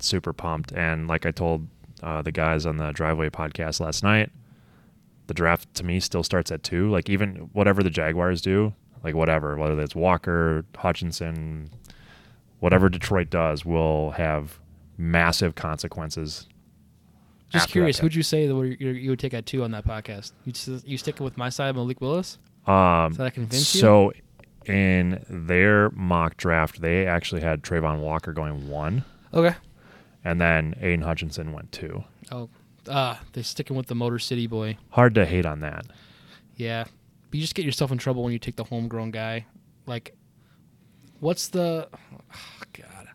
A: super pumped. And like I told uh, the guys on the driveway podcast last night, the draft to me still starts at two. Like even whatever the Jaguars do, like whatever, whether that's Walker, Hutchinson, whatever Detroit does, will have massive consequences.
B: Just
A: after that
B: curious,
A: pick.
B: who'd you say that would- you, you would take at two on that podcast? You s- you sticking with my side, Malik Willis?
A: Um,
B: Does that convince you?
A: so in their mock draft, they actually had Trayvon Walker going one,
B: Okay.
A: and then Aiden Hutchinson went two.
B: Oh, uh, they're sticking with the Motor City boy.
A: Hard to hate on that.
B: Yeah, but you just get yourself in trouble when you take the homegrown guy. Like, what's the? Oh God,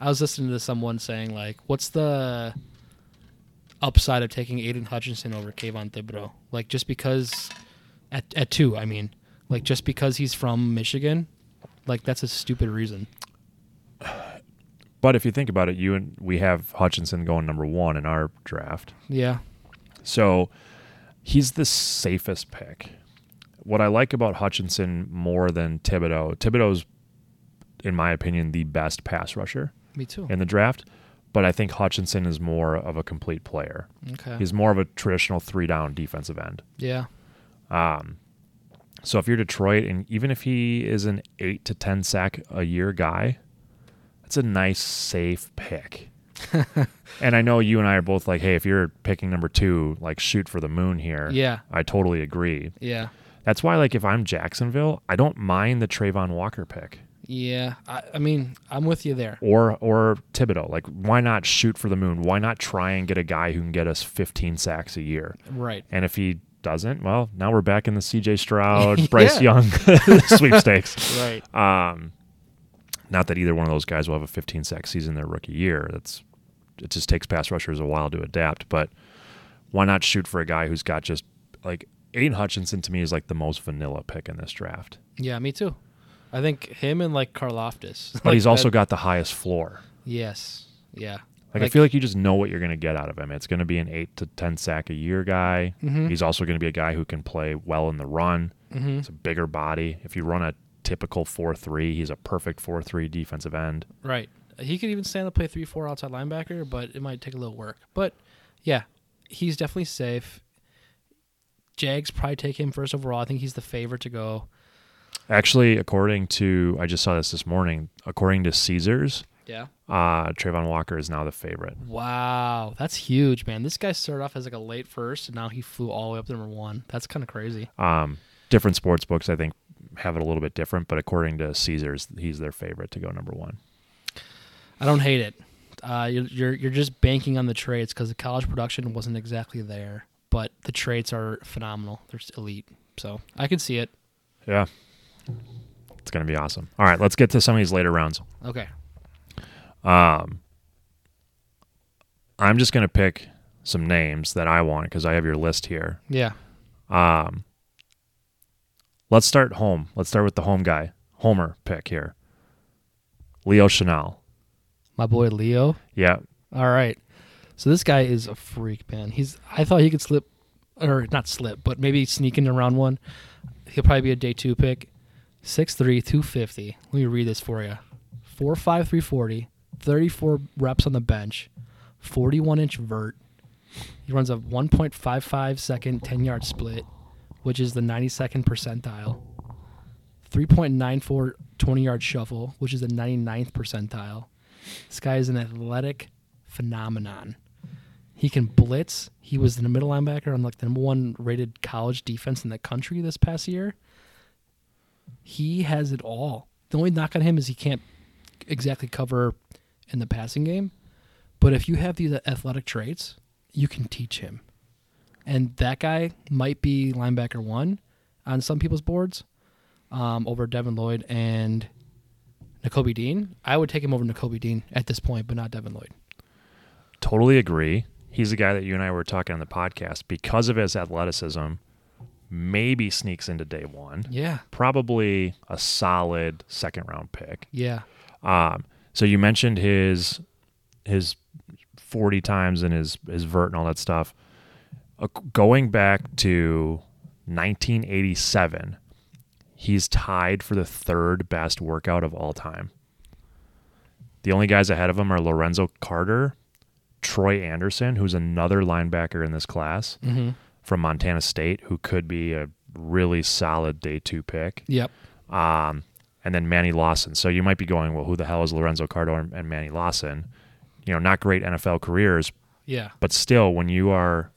B: I was listening to someone saying like, what's the upside of taking Aiden Hutchinson over Kayvon Thibodeau? Like, just because at at two, I mean, like just because he's from Michigan, like that's a stupid reason.
A: But if you think about it, you and we have Hutchinson going number one in our draft.
B: Yeah,
A: So he's the safest pick. What I like about Hutchinson more than Thibodeau, Thibodeau's, in my opinion, the best pass rusher
B: me too.
A: in the draft. But I think Hutchinson is more of a complete player.
B: Okay.
A: He's more of a traditional three down defensive end.
B: yeah.
A: Um, so if you're Detroit, and even if he is an eight to ten sack a year guy, that's a nice safe pick. and I know you and I are both like, hey, if you're picking number two, like shoot for the moon here.
B: Yeah.
A: I totally agree.
B: Yeah.
A: That's why, like, if I'm Jacksonville, I don't mind the Trayvon Walker pick
B: Yeah. I, I mean, I'm with you there.
A: or or Thibodeau. Like, why not shoot for the moon? Why not try and get a guy who can get us 15 sacks a year?
B: Right.
A: And if he doesn't, well, now we're back in the CJ Stroud, Bryce
B: Yeah.
A: Young sweepstakes.
B: Right.
A: Um, not that either one of those guys will have a 15 sack season their rookie year. That's it just takes pass rushers a while to adapt. But why not shoot for a guy who's got just like Aiden Hutchinson to me is like the most vanilla pick in this draft,
B: Yeah, me too. I think him and like Karloftis.
A: but he's also got the highest floor.
B: yes, yeah.
A: Like, I feel like you just know what you're going to get out of him. It's going to be an eight to ten sack a year guy. He's also going to be a guy who can play well in the run.
B: mm-hmm.
A: It's a bigger body. If you run a typical four three, he's a perfect four three defensive end.
B: right. He could even stand to play three, four outside linebacker, but it might take a little work. But yeah, he's definitely safe. Jags probably take him first overall. I think he's the favorite to go.
A: Actually, according to I just saw this this morning. According to Caesars,
B: Yeah.
A: uh, Trayvon Walker is now the favorite.
B: Wow, that's huge, man. This guy started off as like a late first, and now he flew all the way up to number one. That's kind of crazy.
A: Um, different sports books, I think, have it a little bit different, but according to Caesars, he's their favorite to go number one.
B: I don't hate it. Uh, you're, you're you're just banking on the traits because the college production wasn't exactly there, but the traits are phenomenal. They're just elite, so I can see it.
A: Yeah, it's going to be awesome. All right, let's get to some of these later rounds.
B: Okay,
A: Um, I'm just going to pick some names that I want because I have your list here.
B: yeah,
A: Um, let's start home. Let's start with the home guy, Homer pick here. Leo Chanel.
B: my boy Leo.
A: Yeah,
B: All right, so this guy is a freak, man. He's I thought he could slip, or not slip, but maybe sneak into round one. He'll probably be a day two pick. 6'3", 250. Let me read this for you. 4'5", 340, 34 reps on the bench, 41-inch vert. He runs a 1.55 second 10-yard split, which is the 92nd percentile. 3.94 20-yard shuffle, which is the 99th percentile. This guy is an athletic phenomenon. He can blitz. He was the middle linebacker on like the number one rated college defense in the country this past year. He has it all. The only knock on him is he can't exactly cover in the passing game. But if you have these athletic traits, you can teach him. And that guy might be linebacker one on some people's boards um, over Devin Lloyd and N'Kobe Dean. I would take him over N'Kobe Dean at this point, but not Devin Lloyd.
A: totally agree. He's the guy that you and I were talking on the podcast because of his athleticism. Maybe sneaks into day one.
B: Yeah.
A: Probably a solid second round pick.
B: Yeah.
A: Um, so you mentioned his his 40 times and his his vert and all that stuff. Uh, going back to 1987, he's tied for the third best workout of all time. The only guys ahead of him are Lorenzo Carter, Troy Anderson, who's another linebacker in this class
B: Mm-hmm.
A: from Montana State, who could be a really solid day two pick,
B: Yep.
A: um, and then Manny Lawson. So you might be going, well, who the hell is Lorenzo Carter and- and Manny Lawson? You know, not great NFL careers,
B: Yeah.
A: but still, when you are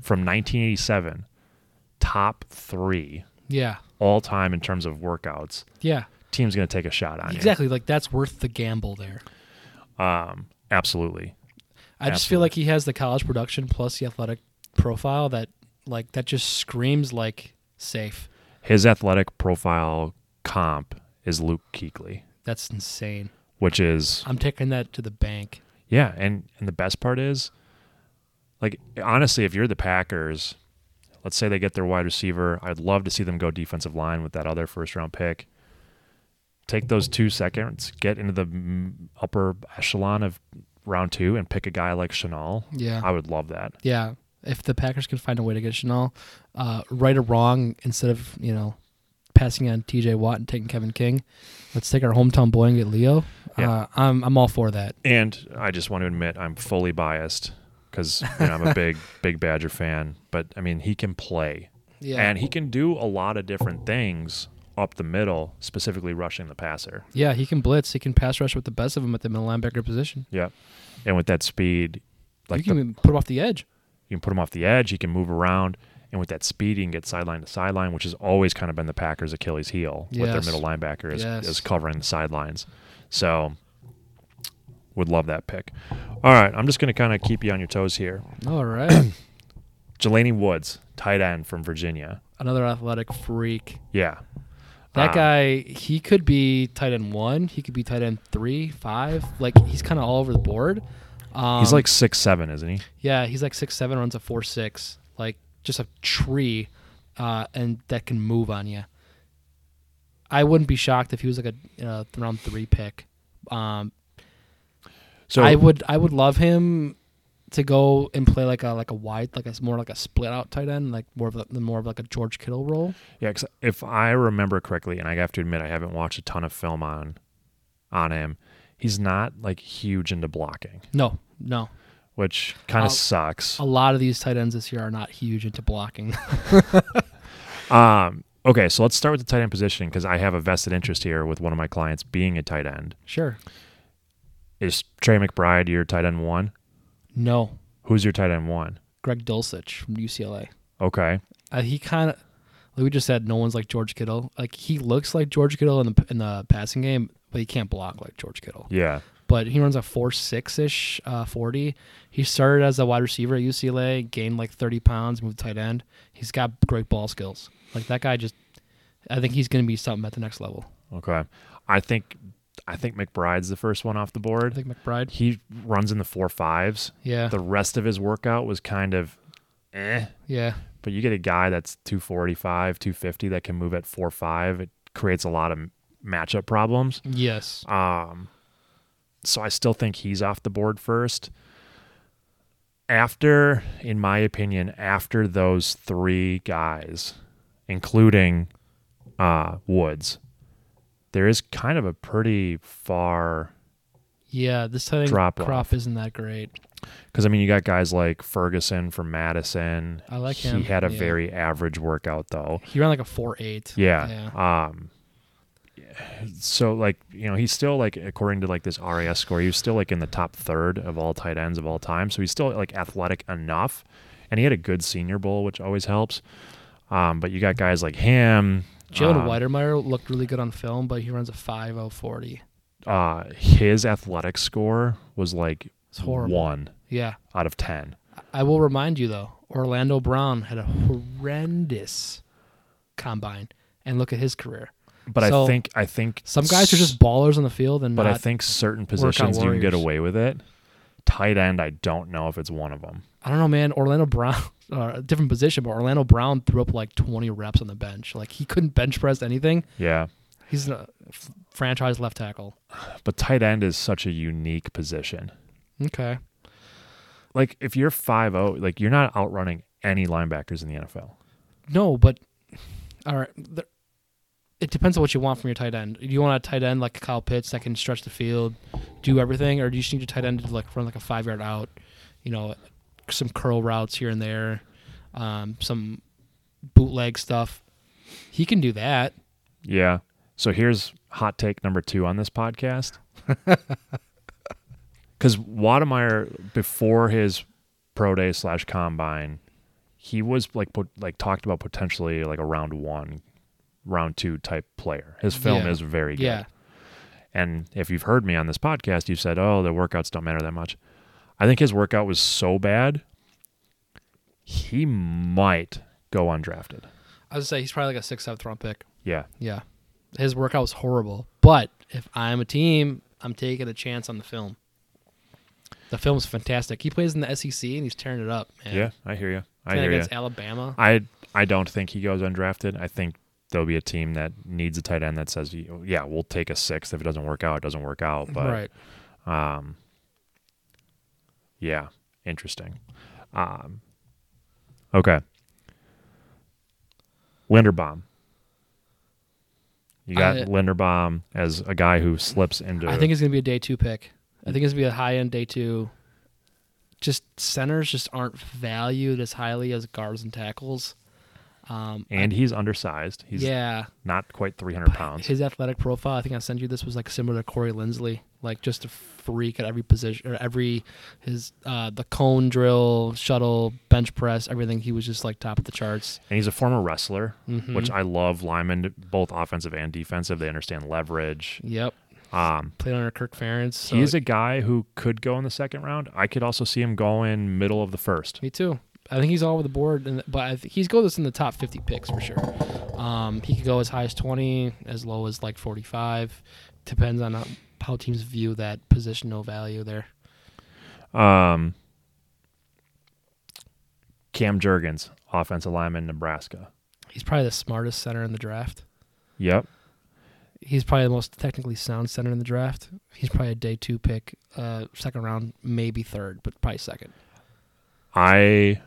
A: from 1987, top three
B: Yeah.
A: all time in terms of workouts,
B: Yeah.
A: team's going to take a shot on
B: Exactly. Like that's worth the gamble there.
A: you. Um, absolutely.
B: I just feel like he has the college production plus the athletic profile that like that just screams like safe.
A: His athletic profile comp is Luke Kuechly,
B: That's insane.
A: which is
B: I'm taking that to the bank.
A: yeah, and and the best part is, like honestly, if you're the Packers, let's say they get their wide receiver, I'd love to see them go defensive line with that other first round pick. Take those two seconds, get into the mm, upper echelon of round two, and pick a guy like Chanel.
B: Yeah.
A: I would love that.
B: Yeah. If the Packers can find a way to get Chanel, uh, right or wrong, instead of, you know, passing on TJ Watt and taking Kevin King, let's take our hometown boy and get Leo.
A: Yeah.
B: Uh, I'm, I'm all for that.
A: And I just want to admit I'm fully biased because you know, I'm a big, big Badger fan. But I mean, he can play
B: Yeah.
A: and he can do a lot of different things up the middle, specifically rushing the passer.
B: yeah, he can blitz. He can pass rush with the best of them at the middle linebacker position.
A: Yeah. And with that speed, like
B: you can
A: the-
B: even put him off the edge.
A: you can put him off the edge, he can move around. And with that speed, he can get sideline to sideline, which has always kind of been the Packers' Achilles heel with their
B: Yes.
A: middle linebacker is,
B: Yes.
A: is covering the sidelines. So, would love that pick. All right, I'm just going to kind of keep you on your toes here.
B: All right.
A: Jelani Woods, tight end from Virginia.
B: Another athletic freak.
A: Yeah.
B: That
A: Ah.
B: guy, he could be tight end one. He could be tight end three, five. Like he's kind of all over the board. Um,
A: He's like six seven, isn't he?
B: yeah, he's like six seven, runs a four six, like just a tree, uh, and that can move on you. I wouldn't be shocked if he was like a uh, round three pick. Um,
A: So
B: I would, I would love him to go and play like a like a wide, like a s- more like a split out tight end, like more of a, more of like a George Kittle role.
A: yeah, 'cause if I remember correctly, and I have to admit I haven't watched a ton of film on on him, he's not like huge into blocking,
B: No, no,
A: which kind
B: I'll-
A: of sucks.
B: a lot of these tight ends this year are not huge into blocking.
A: Um, okay, so let's start with the tight end position because I have a vested interest here with one of my clients being a tight end.
B: sure.
A: Is Trey McBride your tight end one?
B: No,
A: Who's your tight end one?
B: Greg Dulcich from UCLA.
A: Okay,
B: Uh, he kind of like we just said, no one's like George Kittle. Like he looks like George Kittle in the in the passing game, but he can't block like George Kittle.
A: yeah,
B: But he runs a four six ish uh, forty. He started as a wide receiver at UCLA, gained like thirty pounds, moved to tight end. He's got great ball skills. Like that guy just, I think he's going to be something at the next level.
A: okay. I think I think McBride's the first one off the
B: I
A: board.
B: think McBride.
A: he runs in the four fives.
B: Yeah,
A: The rest of his workout was kind of eh.
B: yeah,
A: But you get a guy that's 245, 250 that can move at four five. It creates a lot of m- matchup problems.
B: yes.
A: Um, so I still think he's off the board first. After, in my opinion, after those three guys, including uh, Woods, there is kind of a pretty far
B: Yeah, this tight end
A: Drop
B: crop
A: off.
B: isn't that great.
A: Because I mean, you got guys like Ferguson from Madison.
B: I like
A: he
B: him,
A: had a
B: yeah.
A: very average workout though.
B: He ran like a four eight.
A: Yeah. Um. So like you know he's still like according to like this RAS score he was still like in the top third of all tight ends of all time so he's still like athletic enough and he had a good Senior Bowl which always helps, um but you got guys like him
B: Jalen
A: um,
B: Weidemeyer looked really good on film, but he runs a five oh forty.
A: uh his athletic score was like
B: It's horrible.
A: one
B: Yeah.
A: out of ten
B: I will remind you though, Orlando Brown had a horrendous combine, and look at his career.
A: but I
B: So,
A: think I think
B: Some guys are just ballers on the field, and
A: But I
B: not-
A: think certain positions you can get
B: warriors.
A: away with it. Tight end, I don't know if it's one of them.
B: I don't know, man. Orlando Brown, uh, a different position, but Orlando Brown threw up like twenty reps on the bench. Like he couldn't bench press anything.
A: Yeah.
B: He's a f- franchise left tackle.
A: But tight end is such a unique position.
B: Okay.
A: Like if you're 5-0, like you're not outrunning any linebackers in the NFL.
B: No, but all right. there- It depends on what you want from your tight end. Do you want a tight end like Kyle Pitts that can stretch the field, do everything, or do you just need your tight end to like run like a five yard out, you know, some curl routes here and there, um, some bootleg stuff. He can do that.
A: Yeah. So here's hot take number two on this podcast. Because Wademeyer, before his pro day slash combine, he was like put, like talked about potentially like a round one, round two type player. His film
B: Yeah.
A: is very good.
B: Yeah.
A: And if you've heard me on this podcast, you've said, "Oh, the workouts don't matter that much." I think his workout was so bad, he might go undrafted.
B: I would say he's probably like a six seventh round pick.
A: Yeah,
B: Yeah. His workout was horrible. But if I'm a team, I'm taking a chance on the film. The film's fantastic. He plays in the SEC and he's tearing it up, man.
A: yeah, I hear you. I
B: Playing
A: hear you.
B: against Alabama.
A: I I don't think he goes undrafted. I think there'll be a team that needs a tight end that says, "Yeah, we'll take a sixth. If it doesn't work out, it doesn't work out." But
B: right.
A: um, yeah, interesting. Um, okay, Linderbaum. You got
B: I-
A: Linderbaum as a guy who slips into.
B: I think it's gonna be a day two pick. I think it's gonna be a high end day two. Just centers just aren't valued as highly as guards and tackles. Um,
A: and he's undersized. He's
B: yeah,
A: not quite 300 pounds.
B: his athletic profile. I think I sent you this was like similar to Corey Lindsley, like just a freak at every position or every his uh, the cone drill, shuttle, bench press, everything. He was just like top of the charts. Mm-hmm.
A: and he's a former wrestler, which I love. Lyman, both offensive and defensive, they understand leverage.
B: Yep,
A: Um,
B: played under Kirk Ferentz. So
A: he's a guy who could go in the second round. I could also see him going middle of the first.
B: me too. I think he's all over the board, and but I th- he's go this in the top fifty picks for sure. Um, he could go as high as twenty, as low as like forty five. Depends on how, how teams view that positional value there.
A: Um, Cam Jurgens, offensive lineman, Nebraska.
B: He's probably the smartest center in the draft.
A: Yep.
B: he's probably the most technically sound center in the draft. He's probably a day two pick, uh, second round, maybe third, but probably second.
A: I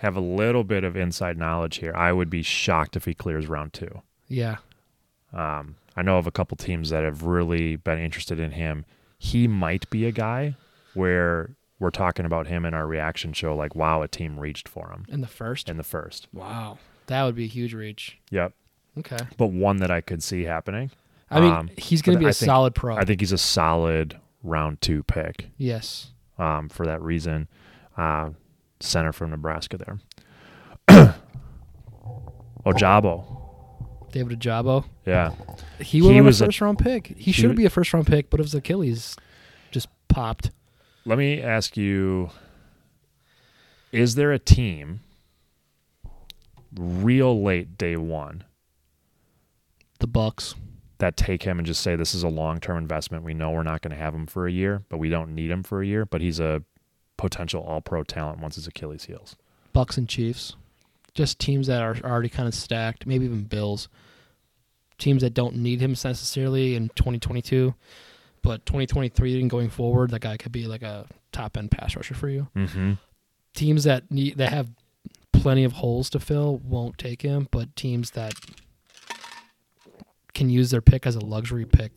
A: have a little bit of inside knowledge here. I would be shocked if he clears round two.
B: Yeah,
A: Um, I know of a couple teams that have really been interested in him. He might be a guy where we're talking about him in our reaction show, like, wow, a team reached for him
B: in the first.
A: in the first.
B: Wow, that would be a huge reach.
A: Yep.
B: Okay,
A: But one that I could see happening.
B: I mean
A: Um,
B: he's going to
A: but
B: be a
A: I think-
B: solid pro.
A: I think he's a solid round two pick
B: yes,
A: um, for that reason. Uh, center from Nebraska there. Ojabo.
B: David Ajabo.
A: Yeah.
B: He, would have been
A: was a-
B: a first round pick. He should
A: wa-
B: be a first round pick, but if his Achilles just popped,
A: Let me ask you Is there a team real late day one
B: the Bucks.
A: that take him and just say, This is a long term investment? We know we're not going to have him for a year, but we don't need him for a year, but he's a potential all pro talent once his Achilles heals.
B: Bucks and Chiefs. Just teams that are already kind of stacked, maybe even Bills. Teams that don't need him necessarily in 2022, but 2023 and going forward, that guy could be like a top end pass rusher for you.
A: Mm-hmm.
B: Teams that need that have plenty of holes to fill won't take him, but teams that can use their pick as a luxury pick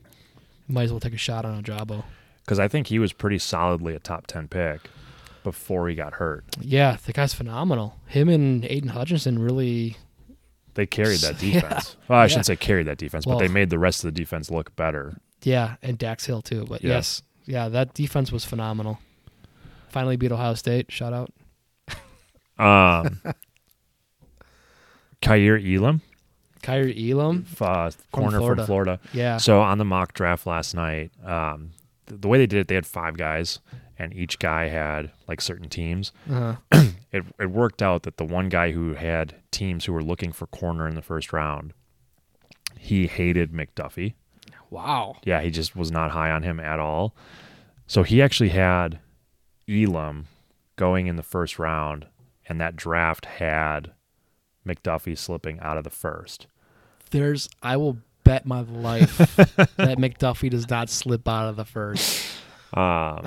B: might as well take a shot on Ajabo.
A: Because I think he was pretty solidly a top 10 pick before he got hurt.
B: Yeah, the guy's phenomenal. Him and Aiden Hutchinson really
A: They carried that
B: Yeah.
A: defense. Well, I
B: Yeah.
A: shouldn't say carried that defense,
B: Well-
A: but they made the rest of the defense look better.
B: Yeah, and Dax Hill too. But
A: Yeah.
B: yes, yeah, that defense was phenomenal. Finally beat Ohio State. Shout out.
A: Um, Kair Elam,
B: Kyrie Elam.
A: f- uh, corner
B: Florida.
A: from Florida.
B: Yeah.
A: So on the mock draft last night, um, th- the way they did it, they had five guys, and each guy had like certain teams.
B: uh
A: It, it worked out that the one guy who had teams who were looking for corner in the first round, he hated McDuffie.
B: Wow.
A: yeah, he just was not high on him at all. So he actually had Elam going in the first round, and that draft had McDuffie slipping out of the first.
B: There's I will bet my life that McDuffie does not slip out of the first.
A: Um,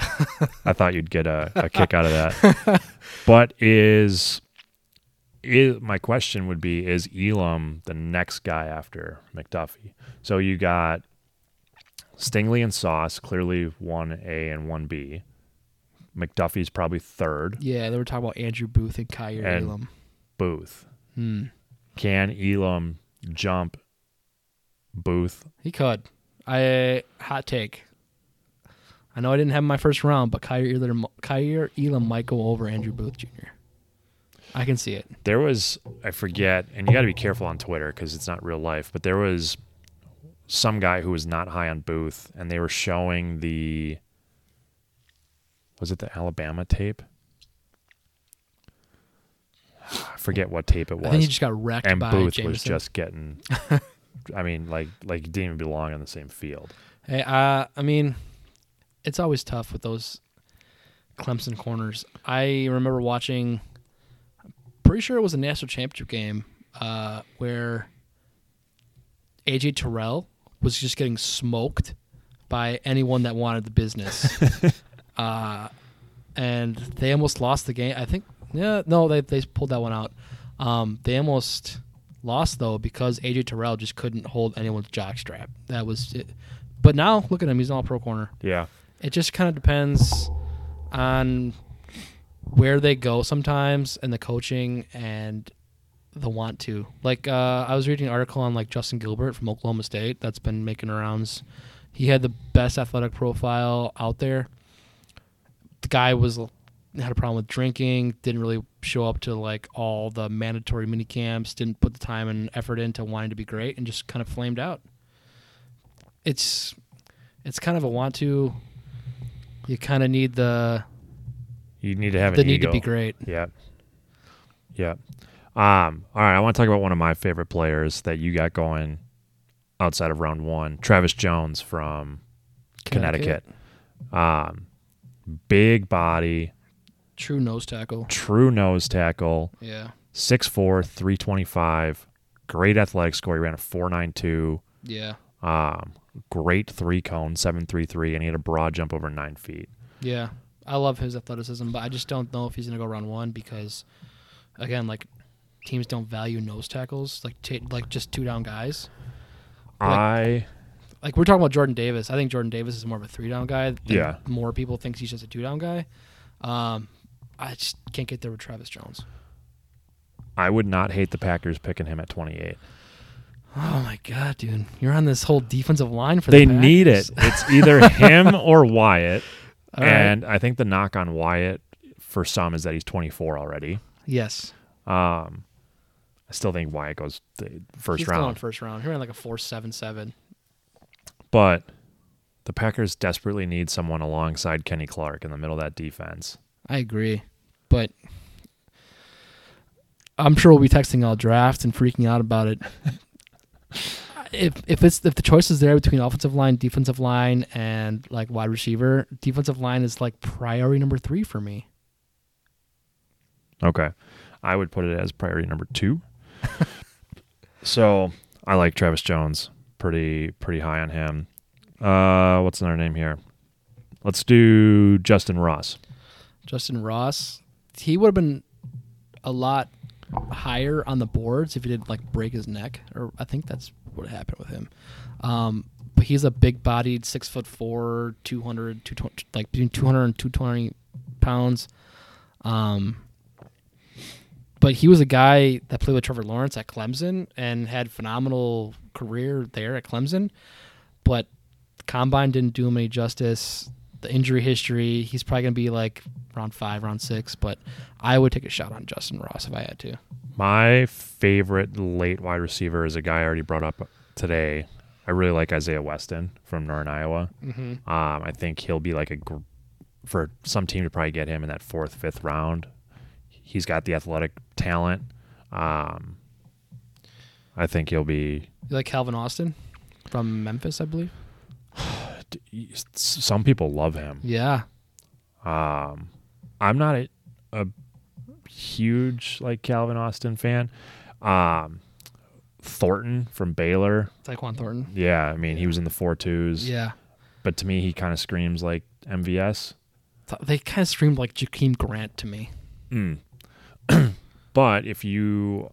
A: I thought you'd get a, a kick out of that. But is, is my question would be is Elam the next guy after McDuffie? So you got Stingley and Sauce clearly one A and one B. McDuffie's probably third.
B: Yeah, they were talking about Andrew Booth and Kyrie
A: And-
B: Elam.
A: Booth
B: Hmm.
A: can Elam jump Booth?
B: He could. I hot take. I know I didn't have him my first round, but Kyrie Elam, Kyrie Elam might go over Andrew Booth Jr. I can see it.
A: There was I forget, and you got to be careful on Twitter because it's not real life. But there was some guy who was not high on Booth, and they were showing the was it the Alabama tape? I forget what tape it was.
B: I think he just got wrecked
A: and
B: by
A: Booth
B: Jameson.
A: was just getting. I mean, like like he didn't even belong on the same field.
B: Hey, uh, I mean, it's always tough with those Clemson corners. I remember watching, pretty sure it was a national championship game uh, where AJ Terrell was just getting smoked by anyone that wanted the business. uh, and they almost lost the game. I think, yeah, no, they, they pulled that one out. Um, they almost lost, though, because AJ Terrell just couldn't hold anyone's jockstrap. That was it. But now, look at him. He's an all pro corner.
A: Yeah,
B: It just kind of depends on where they go sometimes and the coaching and the want to. Like uh, I was reading an article on like Justin Gilbert from Oklahoma State that's been making rounds. He had the best athletic profile out there. The guy was had a problem with drinking, didn't really show up to like all the mandatory mini camps, didn't put the time and effort into wanting to be great and just kind of flamed out. It's it's kind of a want to you kind of need the
A: you need to have
B: the
A: an
B: need
A: ego.
B: to be great.
A: Yeah, yeah. Um. All right, I want to talk about one of my favorite players that you got going outside of round one, Travis Jones from Connecticut. Um, big body,
B: True nose tackle.
A: true nose tackle,
B: Yeah.
A: 6'4", 325, great athletic score. He ran a four nine two.
B: Yeah.
A: Um, great three cone, seven three three, and he had a broad jump over nine feet.
B: Yeah. I love his athleticism, but I just don't know if he's going to go round 1 because again, like teams don't value nose tackles, like ta like just two down guys. Like-
A: I
B: Like we're talking about Jordan Davis. I think Jordan Davis is more of a three down guy. than
A: Yeah.
B: More people thinks he's just a two down guy. Um I just can't get there with Travis Jones.
A: I would not hate the Packers picking him at 28.
B: Oh my god, dude. You're on this whole defensive line for
A: They
B: the
A: need it.
B: Packers.
A: It's either him or Wyatt.
B: All right.
A: and I think the knock on Wyatt for some is that he's 24 already.
B: Yes.
A: Um, I still think Wyatt goes the first
B: he's Still on
A: round,
B: first round. He ran like a 477.
A: but the Packers desperately need someone alongside Kenny Clark in the middle of that defense.
B: I agree, but I'm sure we'll be texting all drafts and freaking out about it. if if it's if the choice is there between offensive line, defensive line, and like wide receiver, defensive line is like priority number three for me.
A: Okay. I would put it as priority number two. so I like Travis Jones. Pretty pretty high on him. Uh what's another name here? Let's do Justin Ross.
B: Justin Ross, he would have been a lot higher on the boards if he didn't like break his neck, or I think that's what happened with him. Um, but he's a big-bodied, six foot four, 200, 220, like between 200 and 220 pounds. Um, but he was a guy that played with Trevor Lawrence at Clemson and had phenomenal career there at Clemson. But combine didn't do him any justice. The injury history, he's probably gonna be like round five, round six. But I would take a shot on Justin Ross if I had to.
A: My favorite late wide receiver is a guy I already brought up today. I really like Isaiah Weston from Northern Iowa.
B: Mm-hmm.
A: Um, I think he'll be like a gr- for some team to probably get him in that fourth, fifth round. He's got the athletic talent. Um, I think he'll be.
B: You like Calvin Austin from Memphis, I believe.
A: Some people love him.
B: Yeah,
A: Um, I'm not a, a huge like Calvin Austin fan. Um, Thornton from Baylor.
B: Tyquan Thornton.
A: Yeah, I mean he was in the four twos.
B: Yeah,
A: but to me, he kind of screams like MVS.
B: Th- They kind of screamed like Jakeem Grant to me.
A: Mm. but if you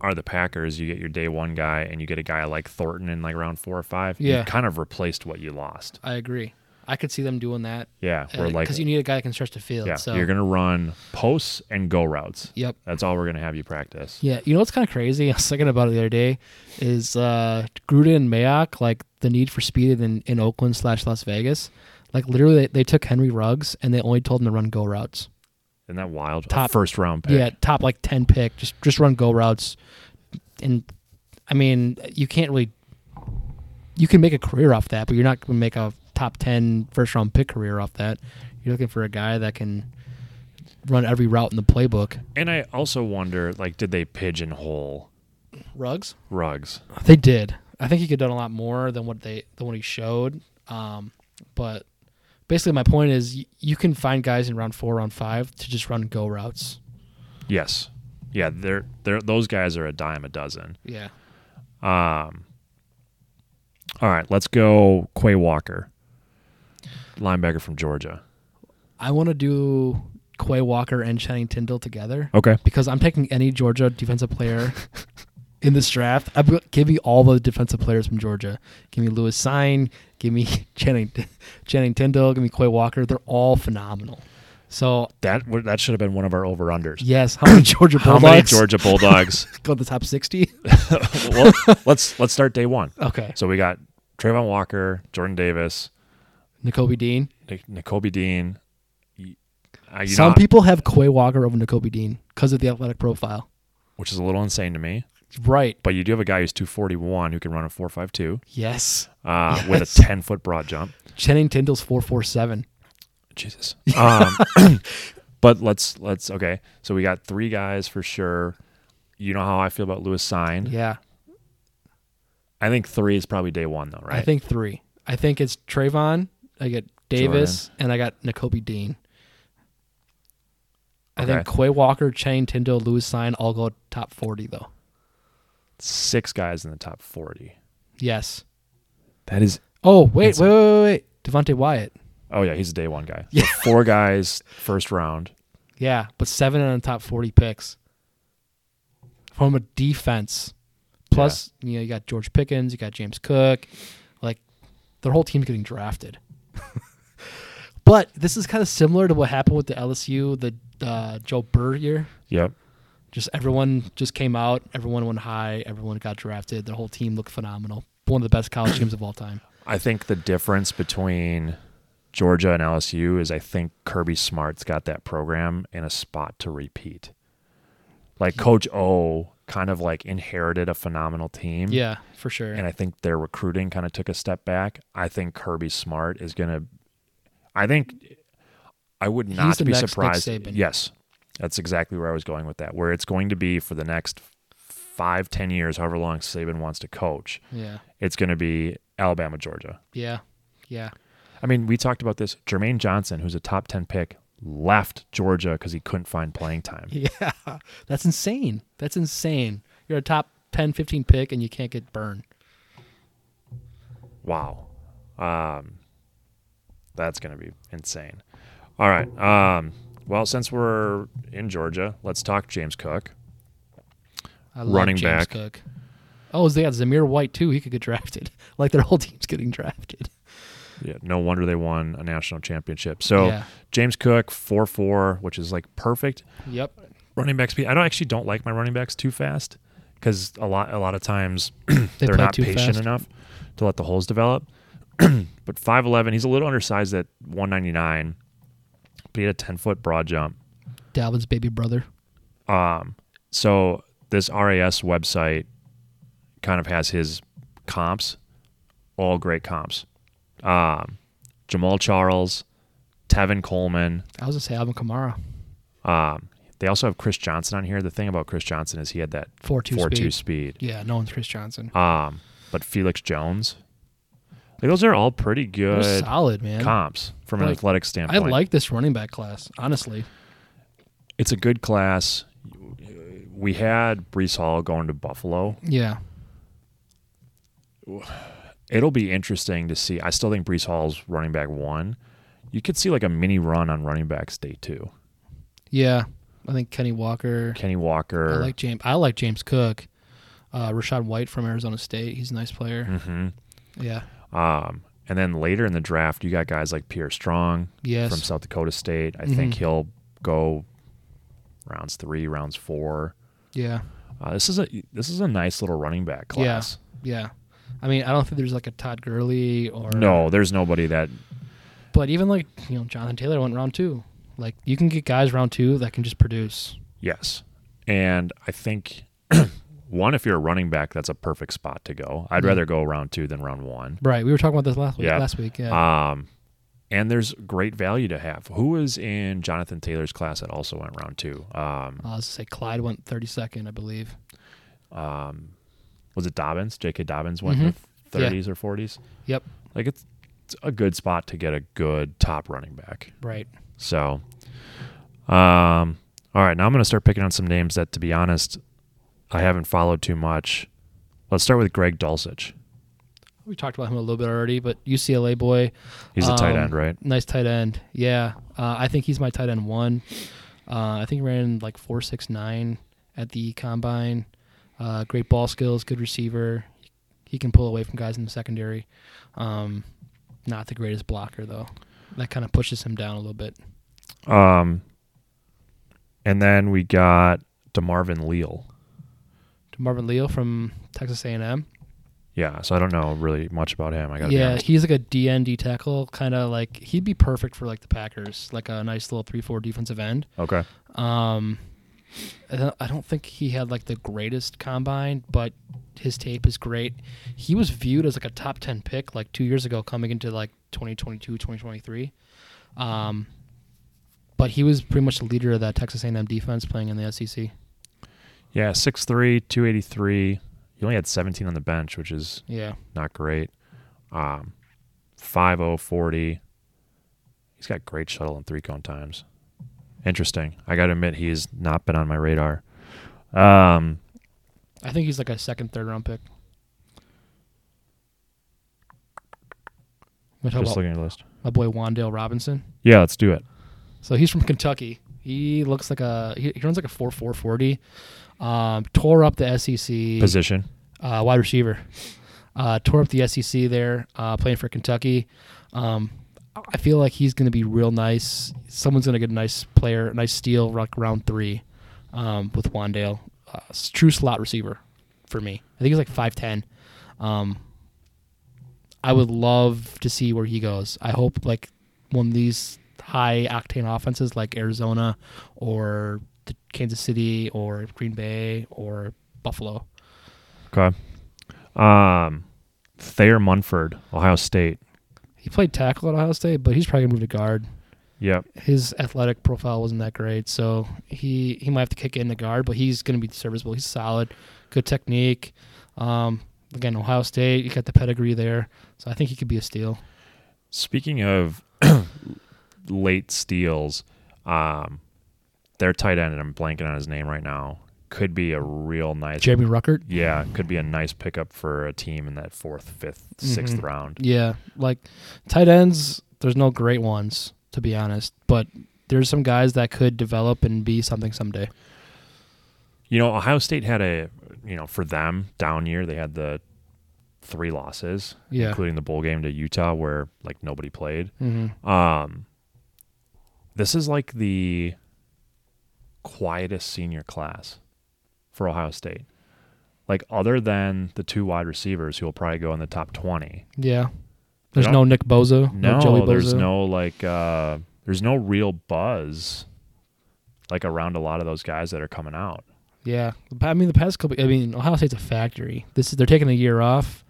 A: are the Packers, you get your day one guy, and you get a guy like Thornton in like round four or five.
B: Yeah.
A: you kind of replaced what you lost.
B: I agree. I could see them doing that
A: Yeah, we're
B: because
A: like,
B: you need a guy that can stretch the field.
A: yeah,
B: so
A: you're gonna run posts and go routes.
B: Yep.
A: That's all we're gonna have you practice.
B: Yeah, you know what's kind of crazy? I was thinking about it the other day. Is uh, Gruden and Mayock like the need for speed in, in Oakland slash Las Vegas? Like literally, they, they took Henry Ruggs and they only told him to run go routes.
A: Isn't that wild? A
B: Top-
A: first round pick.
B: Yeah, top like ten pick, just just run go routes. And I mean, you can't really. You can make a career off that, but you're not going to make a top 10 first round pick career off that. You're looking for a guy that can run every route in the playbook.
A: And I also wonder, like, did they pigeonhole
B: Rugs.
A: rugs?
B: They did. I think he could have done a lot more than what they than what he showed. Um, but basically, my point is y- you can find guys in round four, round five to just run go routes.
A: Yes. Yeah, they're they're those guys are a dime a dozen.
B: Yeah.
A: Um all right, let's go Quay Walker. Linebacker from Georgia.
B: I want to do Quay Walker and Channing Tindall together
A: Okay.
B: because I'm taking any Georgia defensive player in this draft. I will give me all the defensive players from Georgia. Give me Lewis Sign. Give me Channing Channing Tindall. Give me Quay Walker. They're all phenomenal. So
A: That would- that should have been one of our over unders.
B: yes, how many Georgia
A: How
B: Bulldogs
A: many Georgia Bulldogs?
B: go to the top sixty?
A: well, let's let's start day one.
B: Okay.
A: So we got Trayvon Walker, Jordan Davis,
B: Nicobe Dean.
A: Nic- Nicobe Dean. Y- uh, you
B: Some
A: know,
B: people have Quay Walker over Nicobe Dean because of the athletic profile.
A: which is a little insane to me.
B: Right.
A: But you do have a guy who's 241 who can run a 452
B: Yes.
A: uh, with
B: Yes.
A: a 10 foot broad jump.
B: Channing Tindall's four four seven.
A: Jesus. Um, but let's let's okay. So we got three guys for sure. You know how I feel about Lewis Sign.
B: Yeah.
A: I think three is probably day one though, right?
B: I think three. I think it's Trayvon. I get Davis, and I got Nicobe Dean. I think Quay Walker, Channing Tindall, Lewis Sign all go top forty though.
A: six guys in the top forty.
B: Yes.
A: That is.
B: Oh wait
A: That's-
B: wait wait wait, wait. Devontae Wyatt.
A: Oh yeah, he's a day one guy. So four guys first round.
B: Yeah, but seven on top forty picks from a defense. Plus, you know, you got George Pickens, you got James Cook, like their whole team's getting drafted. but this is kind of similar to what happened with the LSU, the uh, Joe Burr year.
A: Yep.
B: Just everyone just came out, everyone went high, everyone got drafted. Their whole team looked phenomenal. One of the best college teams of all time.
A: I think the difference between Georgia and LSU is I think Kirby Smart's got that program in a spot to repeat. Like Coach O kind of like inherited a phenomenal team.
B: Yeah, for sure.
A: and I think their recruiting kind of took a step back. I think Kirby Smart is going to. I think I would not
B: the
A: be
B: next Nick
A: surprised.
B: Saban.
A: Yes, that's exactly where I was going with that. Where it's going to be for the next five, ten years, however long Saban wants to coach,
B: yeah,
A: it's going to be Alabama, Georgia.
B: yeah, yeah.
A: I mean, we talked about this. Jermaine Johnson, who's a top ten pick, left Georgia because he couldn't find playing time.
B: Yeah. That's insane. That's insane. You're a top 10, 15 pick and you can't get burned.
A: Wow. Um, that's going to be insane. All right. Um, well, since we're in Georgia, let's talk James Cook.
B: I love
A: Running
B: James
A: back.
B: Cook. Oh, they got Zamir White too. He could get drafted. Like their whole team's getting drafted.
A: Yeah, no wonder they won a national championship. So
B: Yeah.
A: James Cook, 4 4, which is like perfect.
B: Yep.
A: Running back speed. I don't actually don't like my running backs too fast because a lot a lot of times they are
B: play
A: not
B: too
A: patient
B: fast.
A: enough to let the holes develop. but 5'11, he's a little undersized at 199, but he had a 10 foot broad jump.
B: Dalvin's baby brother.
A: Um, so this RAS website kind of has his comps, all great comps. Um, Jamal Charles, Tevin Coleman.
B: I was gonna say Alvin Kamara.
A: Um, they also have Chris Johnson on here. The thing about Chris Johnson is he had that
B: Four two
A: four
B: speed.
A: two speed.
B: Yeah, no one's Chris Johnson.
A: Um, but Felix Jones, like those are all pretty
B: They're
A: good
B: solid, man.
A: comps from an
B: Like,
A: athletic
B: I
A: standpoint.
B: like this running back class, honestly.
A: it's a good class. We had Brees Hall going to Buffalo.
B: Yeah.
A: it'll be interesting to see. I still think Brees Hall's running back one. You could see like a mini run on running backs day two.
B: Yeah, I think Kenny Walker.
A: Kenny
B: I
A: Walker.
B: like James. I like James Cook. Uh, Rashad White from Arizona State. He's a nice player.
A: hmm
B: Yeah.
A: Um, and then later in the draft, you got guys like Pierre Strong
B: Yes.
A: from South Dakota State. I
B: Mhm.
A: think he'll go rounds three, rounds four.
B: yeah.
A: Uh, this is a this is a nice little running back class.
B: Yeah. I mean, I don't think there's like a Todd Gurley or
A: No, there's nobody that
B: But even like you know, Jonathan Taylor went round two. Like you can get guys round two that can just produce.
A: Yes. And I think one, if you're a running back, that's a perfect spot to go. I'd
B: Yeah.
A: rather go round two than round one.
B: Right. We were talking about this last week.
A: Yeah.
B: Last week. Yeah.
A: Um, and there's great value to have. Who was in Jonathan Taylor's class that also went round two? Um,
B: Uh, I was to say Clyde went 32nd, I believe.
A: um, was it Dobbins? J.K. Dobbins went
B: Mhm.
A: in the 30s or 40s.
B: Yep.
A: Like it's, it's a good spot to get a good top running back.
B: Right.
A: So, um, all right, now I'm going to start picking on some names that, to be honest, I haven't followed too much. Let's start with Greg Dulcich.
B: We talked about him a little bit already, but UCLA boy,
A: He's a tight
B: Um,
A: end, right?
B: nice tight end. Yeah, uh, I think he's my tight end one. Uh, I think he ran like four six nine at the combine. Uh, great ball skills, good receiver. He can pull away from guys in the secondary. Um, not the greatest blocker though. That kind of pushes him down a little bit.
A: Um, and then we got Demarvin Leal.
B: To Marvin Leal from Texas A and M.
A: Yeah, so I don't know really much about him. I got to be
B: Yeah,
A: honest.
B: he's like a DND tackle, kind of like he'd be perfect for like the Packers, like a nice little three four defensive end.
A: Okay.
B: Um, I don't- I don't think he had like the greatest combine, but his tape is great. He was viewed as like a top 10 pick like two years ago coming into like 2022, 2023. Um, but he was pretty much the leader of that Texas A&M defense playing in the E SEC.
A: Yeah, 6'3", 283. He only had 17 on the bench, which is
B: Yeah.
A: not great. Um, 5'0", 40. He's got great shuttle and three cone times. Interesting. I got to admit, he's not been on my radar. Um,
B: I think he's like a second, third round pick. I'm gonna talk
A: just
B: about
A: looking at the list.
B: my boy Wandale Robinson.
A: Yeah, let's do it.
B: So he's from Kentucky. He looks like a he, he runs like a four four forty. Um, tore up the SEC
A: Position.
B: uh, wide receiver. Uh, tore up the SEC there, uh, playing for Kentucky. Um, I feel like he's going to be real nice. Someone's going to get a nice player, nice steal, like round three, um, with Wandale. Uh, s- true slot receiver for me. I think he's like five ten. Um, I would love to see where he goes. I hope like one of these high octane offenses like Arizona or the Kansas City or Green Bay or Buffalo.
A: Okay. Um, Thayer Munford, Ohio State.
B: He played tackle at Ohio State, but he's probably gonna move to guard.
A: Yep.
B: His athletic profile wasn't that great, so he he might have to kick in the guard, but he's gonna be serviceable. He's solid, good technique. Um, again, Ohio State, you got the pedigree there, so I think he could be a steal.
A: Speaking of late steals, um, their tight end, and I'm blanking on his name right now, could be a real nice.
B: Jeremy Ruckert.
A: yeah, could be a nice pickup for a team in that fourth, fifth, sixth
B: Mhm.
A: round.
B: Yeah, like tight ends, there's no great ones to be honest, but there's some guys that could develop and be something someday.
A: You know, Ohio State had a, you know, for them down year, they had the three losses,
B: Yeah.
A: including the bowl game to Utah where like nobody played.
B: Mm-hmm.
A: Um, this is like the quietest senior class for Ohio State. Like other than the two wide receivers who will probably go in the top twenty.
B: Yeah. There's
A: Yeah.
B: no Nick Bozo,
A: No,
B: no Joey Bozo.
A: there's no like uh there's no real buzz like around a lot of those guys that are coming out.
B: Yeah, But, I mean the past couple. I mean Ohio State's a factory. This is they're taking a year off.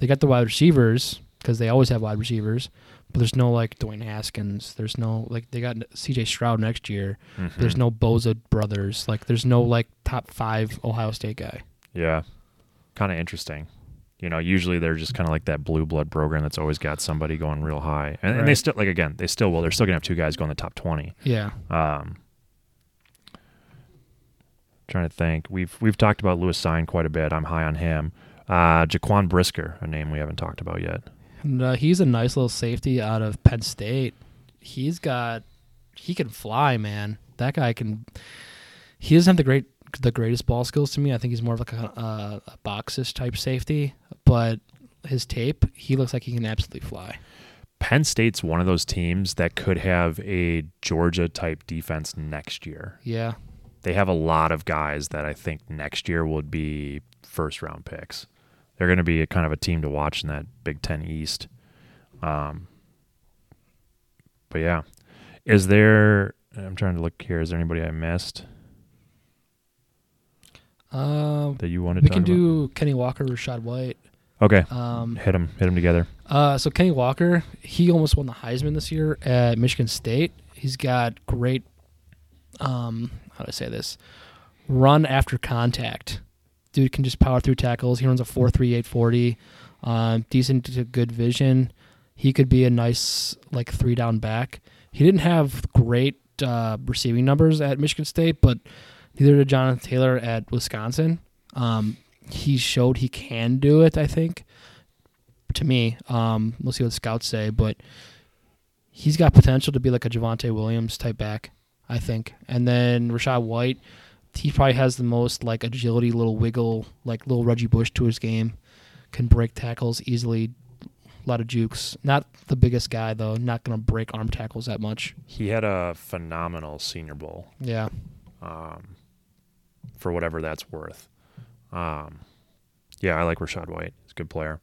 B: They got the wide receivers because they always have wide receivers, but there's no like Dwayne Haskins. There's no like they got C.J. Stroud next year.
A: Hmm.
B: There's no Bozo brothers. Like there's no like top five Ohio State guy.
A: Yeah. Kind of interesting. You know, usually they're just kind of like that blue blood program that's always got somebody going real high. And, and they
B: Right.
A: still, like, again, they still will. They're still going to have two guys going in the top 20.
B: Yeah,
A: Um, trying to think. We've we've talked about Lewis Sign quite a bit. I'm high on him. Uh, Jaquan Brisker, a name we haven't talked about yet.
B: And, uh, he's a nice little safety out of Penn State. He's got he can fly, man. That guy can. He doesn't have the great the greatest ball skills to me. I think he's more of like a, uh, a boxish type safety, but his tape, he looks like he can absolutely fly.
A: Penn State's one of those teams that could have a Georgia type defense next year.
B: Yeah,
A: They have a lot of guys that I think next year would be first round picks. They're going to be a kind of a team to watch in that Big Ten East. Um, but yeah, is there? I'm trying to look here. Is there anybody I missed
B: um,
A: that you wanted to
B: we
A: talk
B: can
A: about?
B: do Kenny Walker, Rashad White.
A: okay,
B: Um,
A: hit them, hit them together.
B: Uh, so Kenny Walker, he almost won the Heisman this year at Michigan State. He's got great, um, how do I say this? Run after contact. Dude can just power through tackles. He runs a four three eight forty. Um, decent to good vision. He could be a nice like three down back. He didn't have great uh, receiving numbers at Michigan State, but neither did Jonathan Taylor at Wisconsin. Um, he showed he can do it. I think to me. Um, we'll see what scouts say, but he's got potential to be like a Javante Williams type back, I think. And then Rashad White, he probably has the most like agility, little wiggle, like little Reggie Bush to his game. Can break tackles easily. A lot of jukes. Not the biggest guy though. Not gonna break arm tackles that much.
A: He had a phenomenal Senior Bowl.
B: Yeah.
A: um, for whatever that's worth. Um, yeah, I like Rashad White. He's a good player.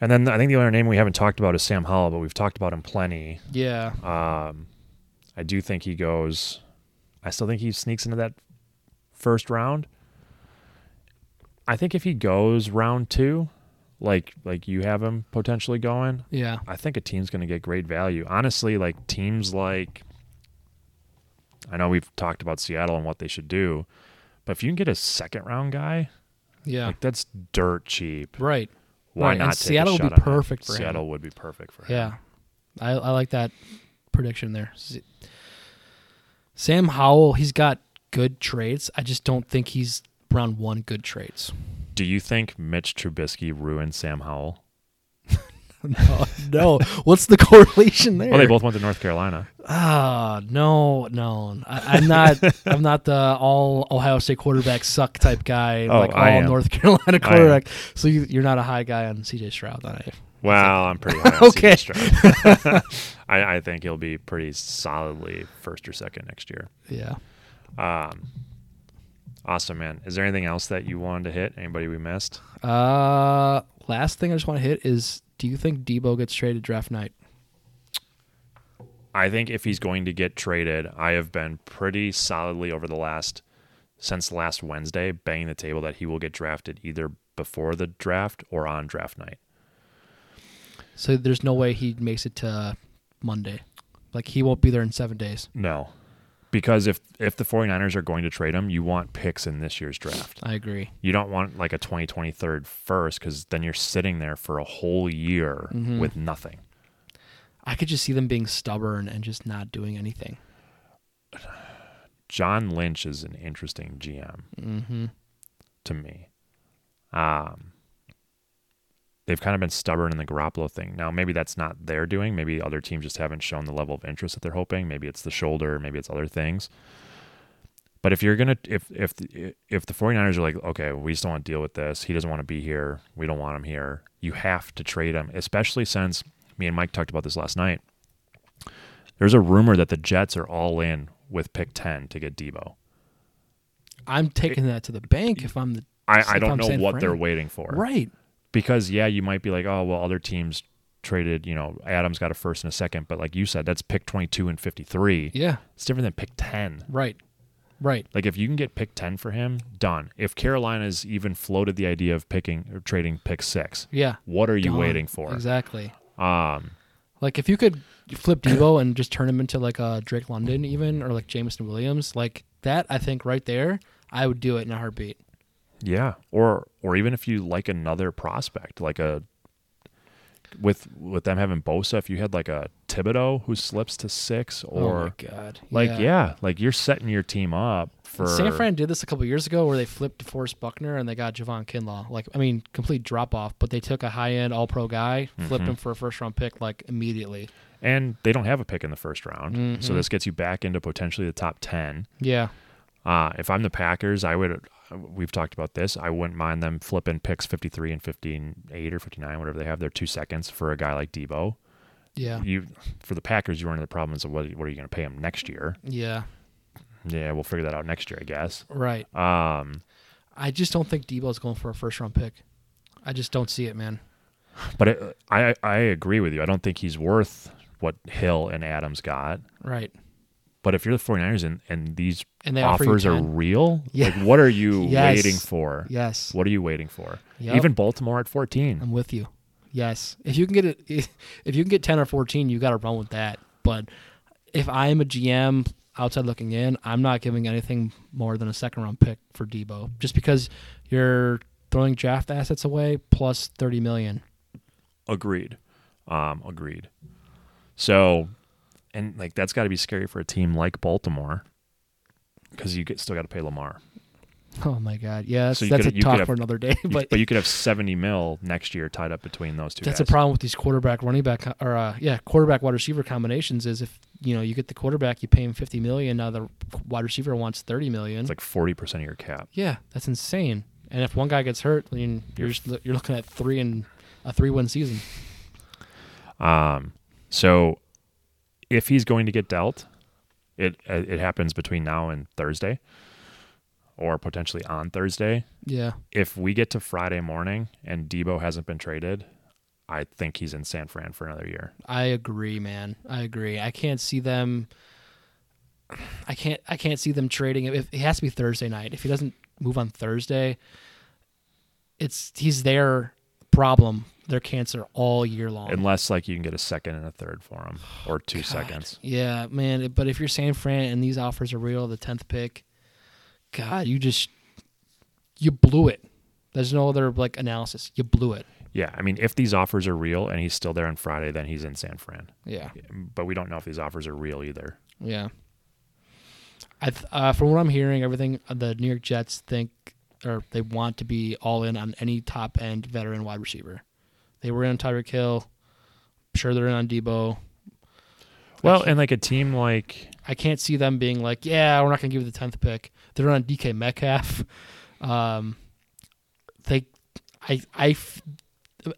A: And then I think the other name we haven't talked about is Sam Howell, but we've talked about him plenty.
B: Yeah.
A: Um, I do think he goes. I still think he sneaks into that first round. I think if he goes round two, like like you have him potentially going,
B: Yeah.
A: I think a team's going to get great value. Honestly, like teams like I know we've talked about Seattle and what they should do, but if you can get a second round guy,
B: Yeah.
A: like that's dirt cheap.
B: Right.
A: Why
B: Right, and
A: not? take a
B: Seattle would
A: shot
B: be
A: on him?
B: perfect for him.
A: Seattle would be perfect for him.
B: Yeah, I, I like that prediction there. Z- Sam Howell, he's got good traits. I just don't think he's round one good traits.
A: Do you think Mitch Trubisky ruined Sam Howell?
B: no, no. what's the correlation there?
A: Well, they both went to North Carolina.
B: Ah, no, no. I, I'm not. I'm not the all Ohio State quarterback suck type guy.
A: Oh,
B: like all
A: I am.
B: North Carolina quarterback. So you, you're not a high guy on CJ Stroud, then I.
A: Well, I'm pretty high on
B: Okay.
A: CJ Stroud. I, I think he'll be pretty solidly first or second next year.
B: Yeah.
A: Um, awesome, man. Is there anything else that you wanted to hit? Anybody we missed?
B: Uh, last thing I just want to hit is: Do you think Debo gets traded draft night?
A: I think if he's going to get traded, I have been pretty solidly over the last since last Wednesday banging the table that he will get drafted either before the draft or on draft night.
B: So there's no way he makes it to Monday. Like he won't be there in seven days.
A: No. Because if if the 49ers are going to trade him, you want picks in this year's draft.
B: I agree.
A: You don't want like a 2023 first cuz then you're sitting there for a whole year with nothing.
B: I could just see them being stubborn and just not doing anything.
A: John Lynch is an interesting GM
B: Mm-hmm.
A: to me. Um, they've kind of been stubborn in the Garoppolo thing. Now, maybe that's not their doing. Maybe other teams just haven't shown the level of interest that they're hoping. Maybe it's the shoulder. Maybe it's other things. But if you're gonna, if if the- if the 49ers are like, okay, we just don't want to deal with this. He doesn't want to be here. We don't want him here. You have to trade him, especially since me and Mike talked about this last night. There's a rumor that the Jets are all in with pick 10 to get Debo.
B: I'm taking that to the bank if I'm the
A: I, I
B: if
A: don't
B: I'm
A: know
B: San
A: what
B: Fran.
A: they're waiting for.
B: right.
A: Because yeah, you might be like, oh well, other teams traded. You know, Adams got a first and a second, but like you said, that's pick twenty two and fifty three.
B: Yeah.
A: It's different than pick ten.
B: Right. Right.
A: Like if you can get pick ten for him, done. If Carolina's even floated the idea of picking or trading pick six,
B: Yeah.
A: what are you
B: Done.
A: waiting for?
B: Exactly.
A: Um,
B: Like if you could flip Debo and just turn him into like a Drake London even or like Jamison Williams, like that I think right there, I would do it in a heartbeat.
A: yeah, or or even if you like another prospect, like a with with them having Bosa, if you had like a Thibodeau who slips to six,
B: oh my
A: or
B: god,
A: like yeah. like you're setting your team up for
B: San Fran did this a couple years ago where they flipped DeForest Buckner and they got Javon Kinlaw. Like, I mean, complete drop off, but they took a high end all pro guy, flipped
A: Mm-hmm.
B: him for a first round pick like immediately.
A: and they don't have a pick in the first round,
B: Mm-hmm.
A: so this gets you back into potentially the top ten.
B: Yeah.
A: Uh, if I'm the Packers, I would. We've talked about this. I wouldn't mind them flipping picks 53 and 58 or 59, whatever they have. Their two seconds for a guy like Debo.
B: Yeah.
A: You for the Packers, you run into the problems of what, what are you going to pay him next year?
B: Yeah.
A: Yeah, we'll figure that out next year, I guess.
B: Right.
A: Um,
B: I just don't think Debo's going for a first round pick. I just don't see it, man.
A: but it, I I agree with you. I don't think he's worth what Hill and Adams got.
B: Right.
A: But if you're the 49ers and, and these
B: And they offer you
A: offers are
B: 10.
A: real,
B: Yeah.
A: like what are you
B: Yes.
A: waiting for?
B: Yes.
A: What are you waiting for?
B: Yep.
A: Even Baltimore at 14.
B: I'm with you. Yes. If you can get it, if you can get 10 or 14, you got to run with that. But if I'm a GM outside looking in, I'm not giving anything more than a second round pick for Debo just because you're throwing draft assets away plus 30 million.
A: Agreed. Um, agreed. So, and like that's got to be scary for a team like Baltimore because you get, still got to pay Lamar.
B: Oh my God. Yeah. That's,
A: So you
B: that's
A: could-
B: a
A: you could
B: talk
A: have-
B: for another day.
A: You-
B: But,
A: but you could have 70 mil next year tied up between those two
B: that's
A: guys.
B: a problem with these quarterback running back co- or uh, yeah quarterback wide receiver combinations is if you know you get the quarterback you pay him 50 million now the wide receiver wants 30 million
A: It's like 40% of your cap.
B: Yeah, that's insane. And if one guy gets hurt, I mean, you're
A: You're-
B: just, lo- you're looking at three and a three win season.
A: Um, so if he's going to get dealt, it it happens between now and Thursday, or potentially on Thursday.
B: Yeah,
A: If we get to Friday morning and Debo hasn't been traded, I think he's in San Fran for another year.
B: I agree, man. I agree. I can't see them. I can't. I can't see them trading him. If it has to be Thursday night, if he doesn't move on Thursday, it's he's their problem, their cancer all year long.
A: Unless like you can get a second and a third for him, or two
B: Oh, God.
A: seconds.
B: Yeah, man. it- But if you're San Fran and these offers are real, the tenth pick, God, you just you blew it. There's no other like analysis. You blew it.
A: Yeah, I mean, if these offers are real and he's still there on Friday, then he's in San Fran.
B: Yeah,
A: But we don't know if these offers are real either.
B: yeah. I th- uh, from what I'm hearing, everything uh, the New York Jets think or they want to be all in on any top end veteran wide receiver. They were in on Tyreek Hill. I'm sure they're in on Debo.
A: Well, and like a team like
B: I can't see them being like, yeah, we're not going to give you the tenth pick. They're on DK Metcalf. Um, they, I, I, f-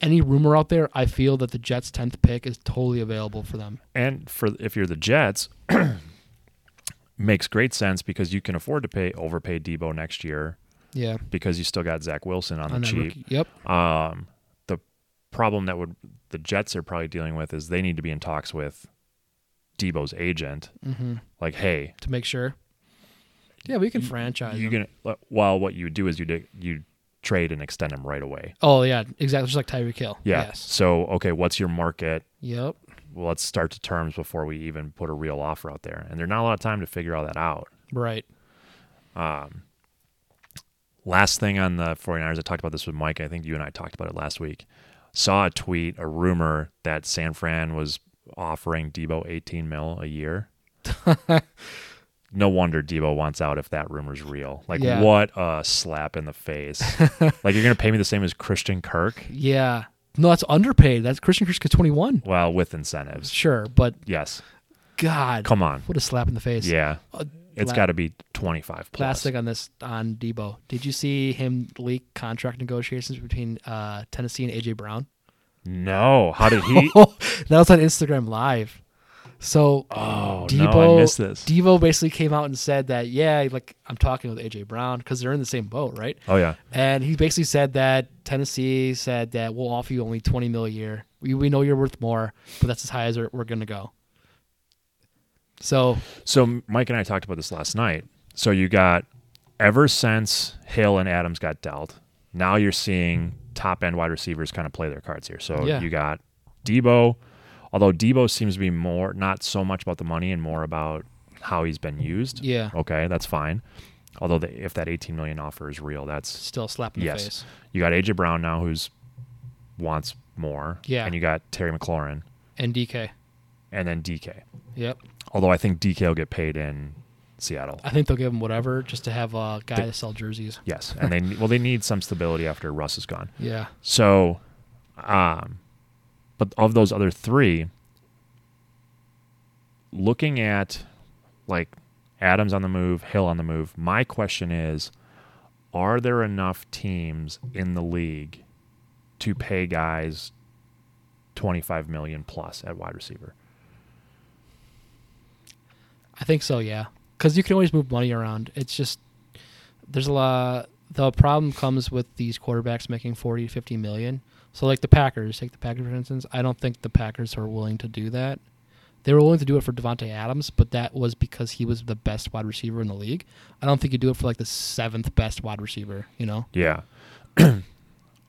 B: any rumor out there, I feel that the Jets' tenth pick is totally available for them.
A: and for if you're the Jets, makes great sense because you can afford to pay overpay Debo next year
B: Yeah,
A: because you still got Zach Wilson on, the
B: that
A: cheap.
B: rookie- Yep.
A: Um, the problem that would the Jets are probably dealing with is they need to be in talks with Debo's agent,
B: hmm
A: like, hey,
B: To make sure. Yeah, we can franchise.
A: you're
B: him.
A: gonna. uh, Well, what you would do is you do, you trade and extend him right away.
B: oh yeah, exactly. Just like Tyreek Hill.
A: Yeah.
B: Yes.
A: So okay, what's your market?
B: Yep.
A: Well, let's start to terms before we even put a real offer out there, and there's not a lot of time to figure all that out.
B: Right.
A: Last thing on the 49ers, I talked about this with Mike. I think you and I talked about it last week. Saw a tweet, a rumor that San Fran was offering Debo 18 mil a year. no wonder Debo wants out if that rumor's real. Like,
B: Yeah.
A: what a slap in the face. like, you're going to pay me the same as Christian Kirk?
B: Yeah. No, that's underpaid. That's Christian Kirk twenty one.
A: Well, with incentives.
B: Sure, but
A: Yes.
B: God,
A: Come on.
B: what a slap in the face.
A: Yeah.
B: Uh,
A: It's
B: la-
A: got to be 25 plus.
B: Plastic on this on Debo. Did you see him leak contract negotiations between uh, Tennessee and AJ Brown?
A: No. How did he?
B: Oh, that was on Instagram Live. So
A: Oh, no, I
B: Debo,
A: missed this.
B: Debo basically came out and said that yeah, like I'm talking with AJ Brown because they're in the same boat, right?
A: oh, yeah.
B: And he basically said that Tennessee said that we'll offer you only 20 mil a year. We, we know you're worth more, but that's as high as we're, we're gonna go. So
A: So M- Mike and I talked about this last night. So you got ever since Hill and Adams got dealt, now you're seeing top end wide receivers kind of play their cards here. So
B: Yeah.
A: you got Debo, although Debo seems to be more not so much about the money and more about how he's been used.
B: yeah,
A: Okay, that's fine. Although the, if that 18 million offer is real, that's
B: still a slap in the
A: Yes.
B: face.
A: you got AJ Brown now who's wants more.
B: Yeah.
A: And you got Terry McLaurin
B: and DK.
A: and then DK.
B: Yep.
A: Although I think DK will get paid in Seattle.
B: I think they'll give him whatever just to have a guy
A: They-
B: to sell jerseys.
A: Yes, and they ne- well they need some stability after Russ is gone.
B: Yeah.
A: So, um, but of those other three, looking at like Adams on the move, Hill on the move, my question is are there enough teams in the league to pay guys 25 million plus at wide receiver?
B: I think so, yeah. Because you can always move money around. It's just there's a lot. The problem comes with these quarterbacks making 40 to 50 million. So, like the Packers, take the Packers for instance. I don't think the Packers are willing to do that. They were willing to do it for Devonte Adams, but that was because he was the best wide receiver in the league. I don't think you do it for like the seventh best wide receiver, you know,
A: Yeah.
B: or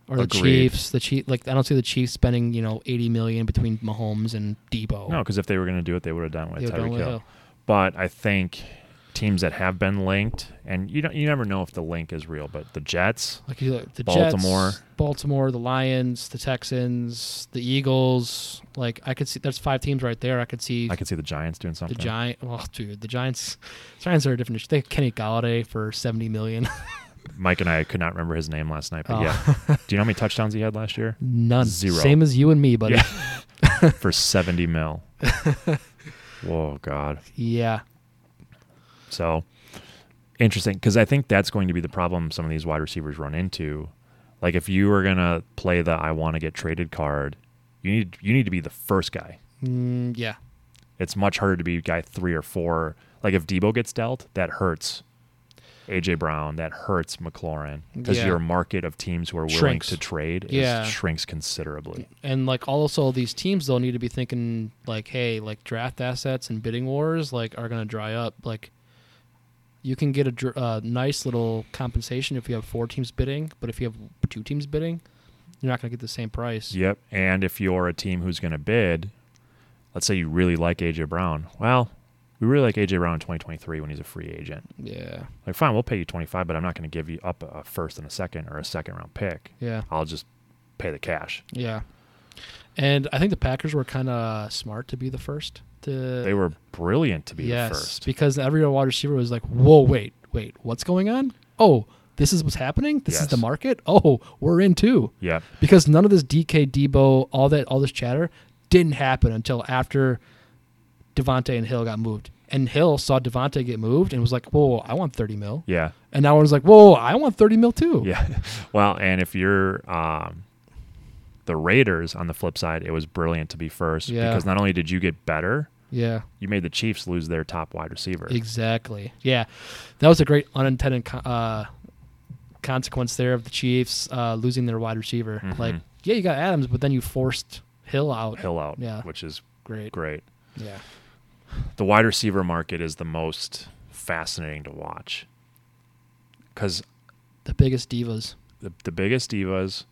B: the
A: Agreed.
B: Chiefs. The Chief, like I don't see the Chiefs spending you know 80 million between Mahomes and Debo.
A: No, because if they were going to do it, they would have done it
B: They
A: with
B: would go
A: Tyreek
B: with
A: Hill.
B: Hill.
A: But I think teams that have been linked, and you don't, you never know if the link is real, but the Jets,
B: Like you look, the
A: Baltimore.
B: Jets, Baltimore, the Lions, the Texans, the Eagles. Like I could see, there's five teams right there. I could see
A: I could see the Giants doing
B: the
A: something.
B: Giant. Well, dude, the Giants. Giants are a different. issue. They have Kenny Galladay for seventy million.
A: Mike and I could not remember his name last night, but
B: Oh.
A: yeah. Do you know how many touchdowns he had last year?
B: None.
A: Zero.
B: Same as you and me, buddy. Yeah.
A: Yeah. For 70 mil. Whoa, God. So interesting because I think that's going to be the problem some of these wide receivers run into. Like if you are going to play the I want to get traded card, you need you need to be the first guy.
B: Mm, yeah.
A: It's much harder to be guy 3 or 4. Like if Debo gets dealt, that hurts. AJ Brown, that hurts McLaurin because
B: Yeah.
A: your market of teams who are willing
B: Shrinks.
A: to trade is,
B: Yeah.
A: shrinks considerably.
B: And like also these teams they'll need to be thinking like, hey, like draft assets and bidding wars like are gonna dry up. Like you can get a dr- uh, nice little compensation if you have four teams bidding, but if you have two teams bidding, you're not gonna get the same price.
A: Yep. And if you're a team who's going to bid, let's say you really like AJ Brown. Well, we really like AJ Brown in 2023 when he's a free agent.
B: Yeah,
A: Like, fine, we'll pay you 25, but I'm not going to give you up a first and a second or a second round pick.
B: yeah,
A: I'll just pay the cash.
B: yeah. And I think the Packers were kind of smart to be the first to.
A: They were brilliant to be
B: Uh, yes,
A: the first.
B: because every other wide receiver was like, "Whoa, wait, wait, what's going on? Oh, this is what's happening. This is
A: Yes.
B: the market. Oh, we're in too."
A: Yeah.
B: because none of this DK Debo, all that, all this chatter didn't happen until after Devonte and Hill got moved. And Hill saw Devonte get moved and was like, "Whoa, I want thirty mil."
A: Yeah.
B: And now everyone's like, "Whoa, I want thirty mil too."
A: Yeah. Well, and if you're um, the Raiders on the flip side, it was brilliant to be first
B: Yeah.
A: because not only did you get better,
B: yeah,
A: you made the Chiefs lose their top wide receiver.
B: exactly. Yeah, that was a great unintended co- uh, consequence there of the Chiefs uh, losing their wide receiver.
A: Mhm.
B: Like, yeah, you got Adams, but then you forced Hill out.
A: Hill out,
B: Yeah.
A: which is
B: Great.
A: great.
B: Yeah,
A: the wide receiver market is the most fascinating to watch because
B: the biggest divas.
A: the, the biggest divas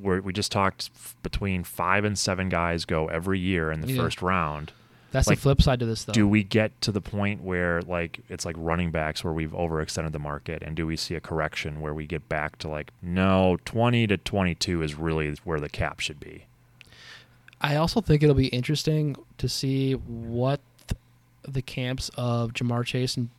A: were we just talked f- between five and seven guys go every year in the
B: Yeah.
A: first round
B: That's
A: Like,
B: the flip side to this, though.
A: do we get to the point where like it's like running backs where we've overextended the market and do we see a correction where we get back to like no 20 to 22 is really where the cap should be
B: I also think it'll be interesting to see what th- the camps of Jamar Chase and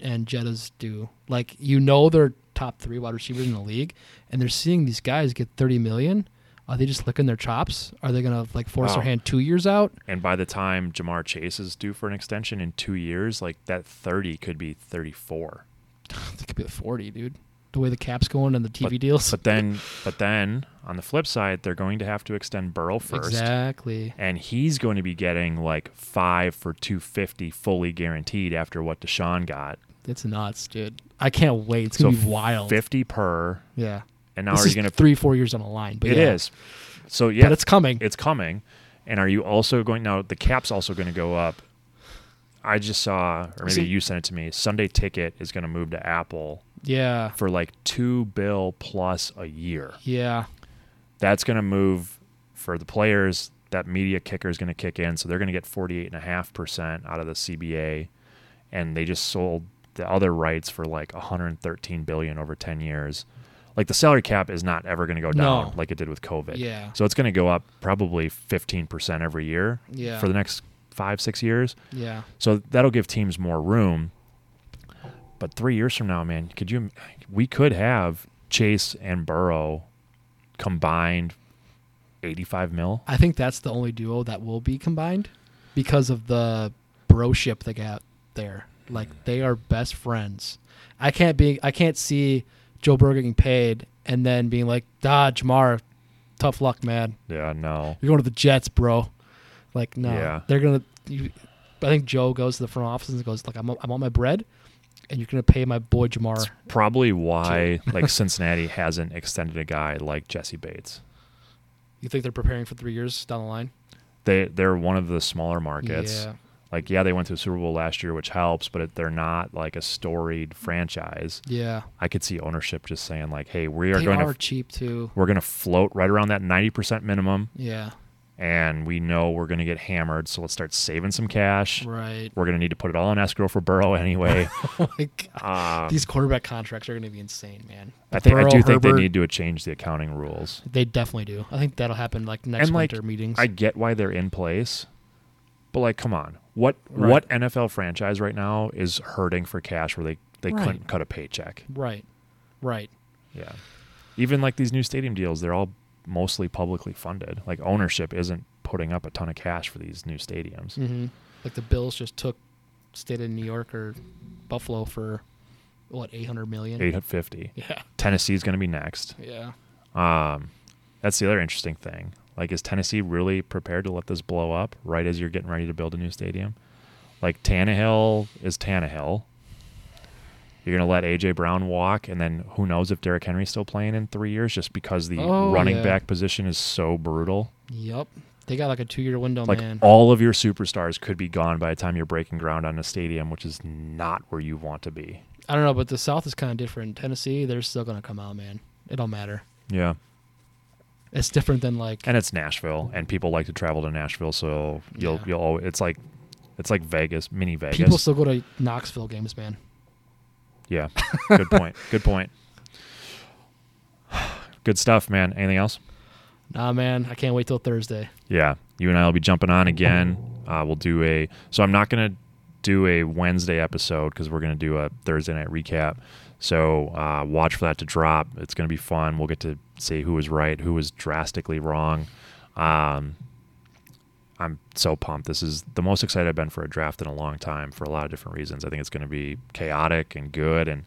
B: and Jettas do. Like you know, they're top three wide receivers in the league, and they're seeing these guys get thirty million. Are they just licking their chops? Are they gonna like force
A: Wow.
B: their hand two years out?
A: and by the time jamar chase is due for an extension in two years like that 30 could be 34
B: It could be a forty, dude. The way the cap's going and the TV
A: But-
B: deals.
A: But then, but then on the flip side, they're going to have to extend Burrow first,
B: exactly.
A: and he's going to be getting like five for two fifty fully guaranteed after what Deshaun got.
B: It's nuts, dude. I can't wait. It's gonna
A: So
B: be wild.
A: Fifty per,
B: yeah.
A: and now
B: this
A: are
B: is
A: you going to?
B: three, four years on the line? But
A: It is.
B: yeah.
A: So yeah,
B: But it's coming.
A: it's coming, and are you also going now? The cap's also going to go up. I just saw, or maybe
B: See-
A: you sent it to me. Sunday Ticket is going to move to Apple
B: yeah.
A: for like two bill plus a year.
B: Yeah.
A: that's going to move for the players that media kicker is going to kick in so they're going to get 48.5% out of the cba and they just sold the other rights for like 113 billion over 10 years like the salary cap is not ever going to go down
B: No.
A: like it did with COVID.
B: Yeah.
A: So it's going to go up probably 15% every year
B: Yeah.
A: for the next five, six years.
B: yeah.
A: So that'll give teams more room. But three years from now, man, could you? We could have Chase and Burrow combined eighty-five mil.
B: I think that's the only duo that will be combined because of the broship they got there.
A: Mm.
B: Like they are best friends. I can't be I can't see Joe Burrow getting paid and then being like, "Ah, Jamar, tough luck, man.
A: Yeah, no.
B: You're going to the Jets, bro." Like, no,
A: Yeah.
B: they're gonna. You, I think Joe goes to the front office and goes, "Like, I'm I want my bread, and you're gonna pay my boy Jamar."
A: Probably why like Cincinnati hasn't extended a guy like Jesse Bates.
B: You think they're preparing for three years down the line?
A: They they're one of the smaller markets.
B: Yeah,
A: Like yeah, they went to the Super Bowl last year, which helps, but it, they're not like a storied franchise.
B: yeah.
A: I could see ownership just saying like, hey, we are
B: they
A: going
B: are
A: to
B: cheap too.
A: we're going to float right around that ninety percent minimum.
B: Yeah,
A: and we know we're going to get hammered. So let's start saving some cash.
B: right.
A: We're going to need to put it all in escrow for Burrow anyway.
B: like
A: Uh,
B: Oh these quarterback contracts are going to be insane, man.
A: I think I
B: Burrow,
A: do think they
B: Herbert-
A: need to change the accounting rules.
B: They definitely do. I think that'll happen like next
A: And, like,
B: winter meetings.
A: I get why they're in place, but like, come on, what
B: Right.
A: what NFL franchise right now is hurting for cash where they they
B: Right.
A: couldn't cut a paycheck?
B: right, right.
A: Yeah, even like these new stadium deals, they're all mostly publicly funded. Like ownership isn't putting up a ton of cash for these new stadiums.
B: hmm Like the Bills just took state of New York or Buffalo for what eight hundred million.
A: Eight fifty.
B: Yeah,
A: Tennessee's going to be next.
B: yeah.
A: Um, that's the other interesting thing. Like, is Tennessee really prepared to let this blow up right as you're getting ready to build a new stadium? Like, Tannehill is Tannehill. You're going to let A.J. Brown walk, and then who knows if Derrick Henry's still playing in three years just because the
B: Oh,
A: running
B: yeah.
A: back position is so brutal.
B: Yep. They got like a two-year window,
A: like,
B: Oh, man.
A: all of your superstars could be gone by the time you're breaking ground on a stadium, which is not where you want to be.
B: I don't know, but the South is kind of different. Tennessee, they're still going to come out, man. It don't matter.
A: Yeah.
B: It's different than like
A: and it's Nashville, and people like to travel to Nashville, so you'll
B: Yeah.
A: you'll always, it's like it's like Vegas, mini Vegas.
B: people still go to Knoxville games, man.
A: yeah, good point. Good point. Good stuff, man. Anything else?
B: Nah, man. I can't wait till Thursday.
A: Yeah, you and I will be jumping on again. Uh, we'll do a so I'm not gonna do a Wednesday episode because we're gonna do a Thursday night recap. So uh, watch for that to drop. It's gonna be fun. We'll get to see who was right, who was drastically wrong. Um, I'm so pumped. This is the most excited I've been for a draft in a long time for a lot of different reasons. I think it's gonna be chaotic and good. And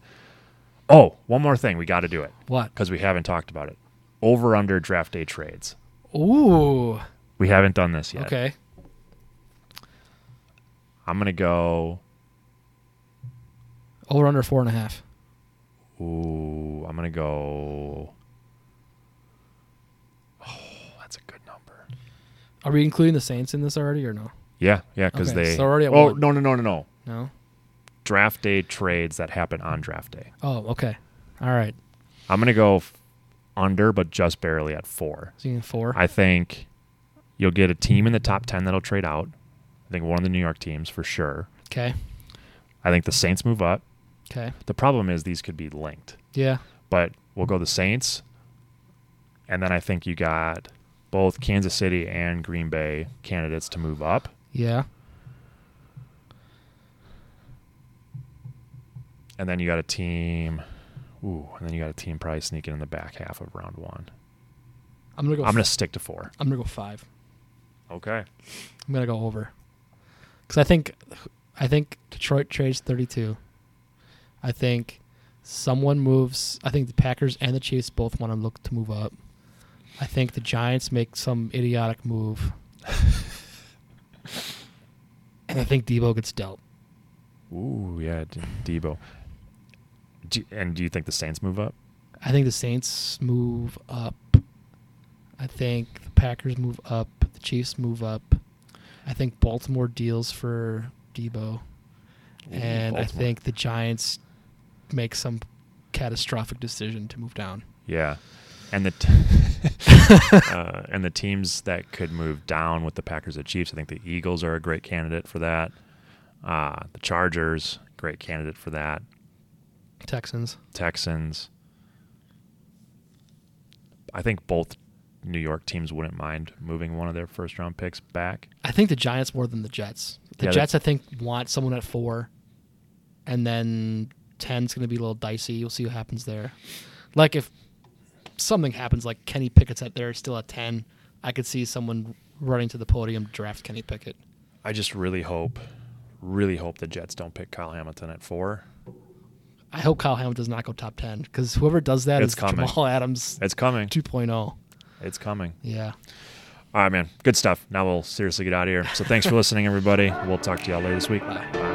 A: oh, one more thing, we got to do it
B: What?
A: because we haven't talked about it. Over under draft day trades.
B: Ooh.
A: We haven't done this yet.
B: Okay.
A: I'm gonna go.
B: Over under four and a half.
A: Ooh, I'm gonna go. Oh, that's a good number.
B: Are we including the Saints in this already or no?
A: Yeah, yeah, because
B: Okay,
A: they.
B: so already at
A: oh
B: one.
A: no no no no no!
B: No.
A: Draft day trades that happen on draft day.
B: Oh, okay. All right.
A: I'm gonna go f- under, but just barely at four.
B: So you can four.
A: I think you'll get a team in the top ten that'll trade out. I think one of the New York teams for sure.
B: Okay.
A: I think the Saints move up.
B: Okay.
A: The problem is these could be linked.
B: Yeah.
A: but we'll go the Saints. And then I think you got both Kansas City and Green Bay candidates to move up.
B: Yeah.
A: And then you got a team. Ooh, and then you got a team probably sneaking in the back half of round one.
B: I'm gonna go.
A: I'm going to stick to four.
B: I'm gonna go five.
A: Okay.
B: I'm gonna go over. Because I think, I think Detroit trades 32. I think someone moves. I think the Packers and the Chiefs both want to look to move up. I think the Giants make some idiotic move. and I think Debo gets dealt.
A: Ooh, yeah, D- Debo. Do, and do you think the Saints move up?
B: I think the Saints move up. I think the Packers move up. The Chiefs move up. I think Baltimore deals for Debo.
A: Ooh,
B: And I
A: Baltimore.
B: think the Giants make some catastrophic decision to move down.
A: Yeah. And the t- uh, and the teams that could move down with the Packers and Chiefs, I think the Eagles are a great candidate for that. Uh, the Chargers, great candidate for that.
B: Texans.
A: Texans. I think both New York teams wouldn't mind moving one of their first round picks back.
B: I think the Giants more than the Jets. The
A: Yeah, they-
B: Jets, I think, want someone at four, and then ten's going to be a little dicey. You'll see what happens there. Like if something happens, like Kenny Pickett's at there still at ten, I could see someone running to the podium to draft Kenny Pickett.
A: I just really hope, really hope the Jets don't pick Kyle Hamilton at four.
B: I hope Kyle Hamilton does not go top ten because whoever does that is
A: It's coming.
B: Jamal Adams
A: It's coming.
B: 2.0.
A: It's coming.
B: Yeah.
A: All right, man. Good stuff. Now we'll seriously get out of here. So thanks for listening, everybody. We'll talk to y'all later this week.
B: Bye.
A: Bye.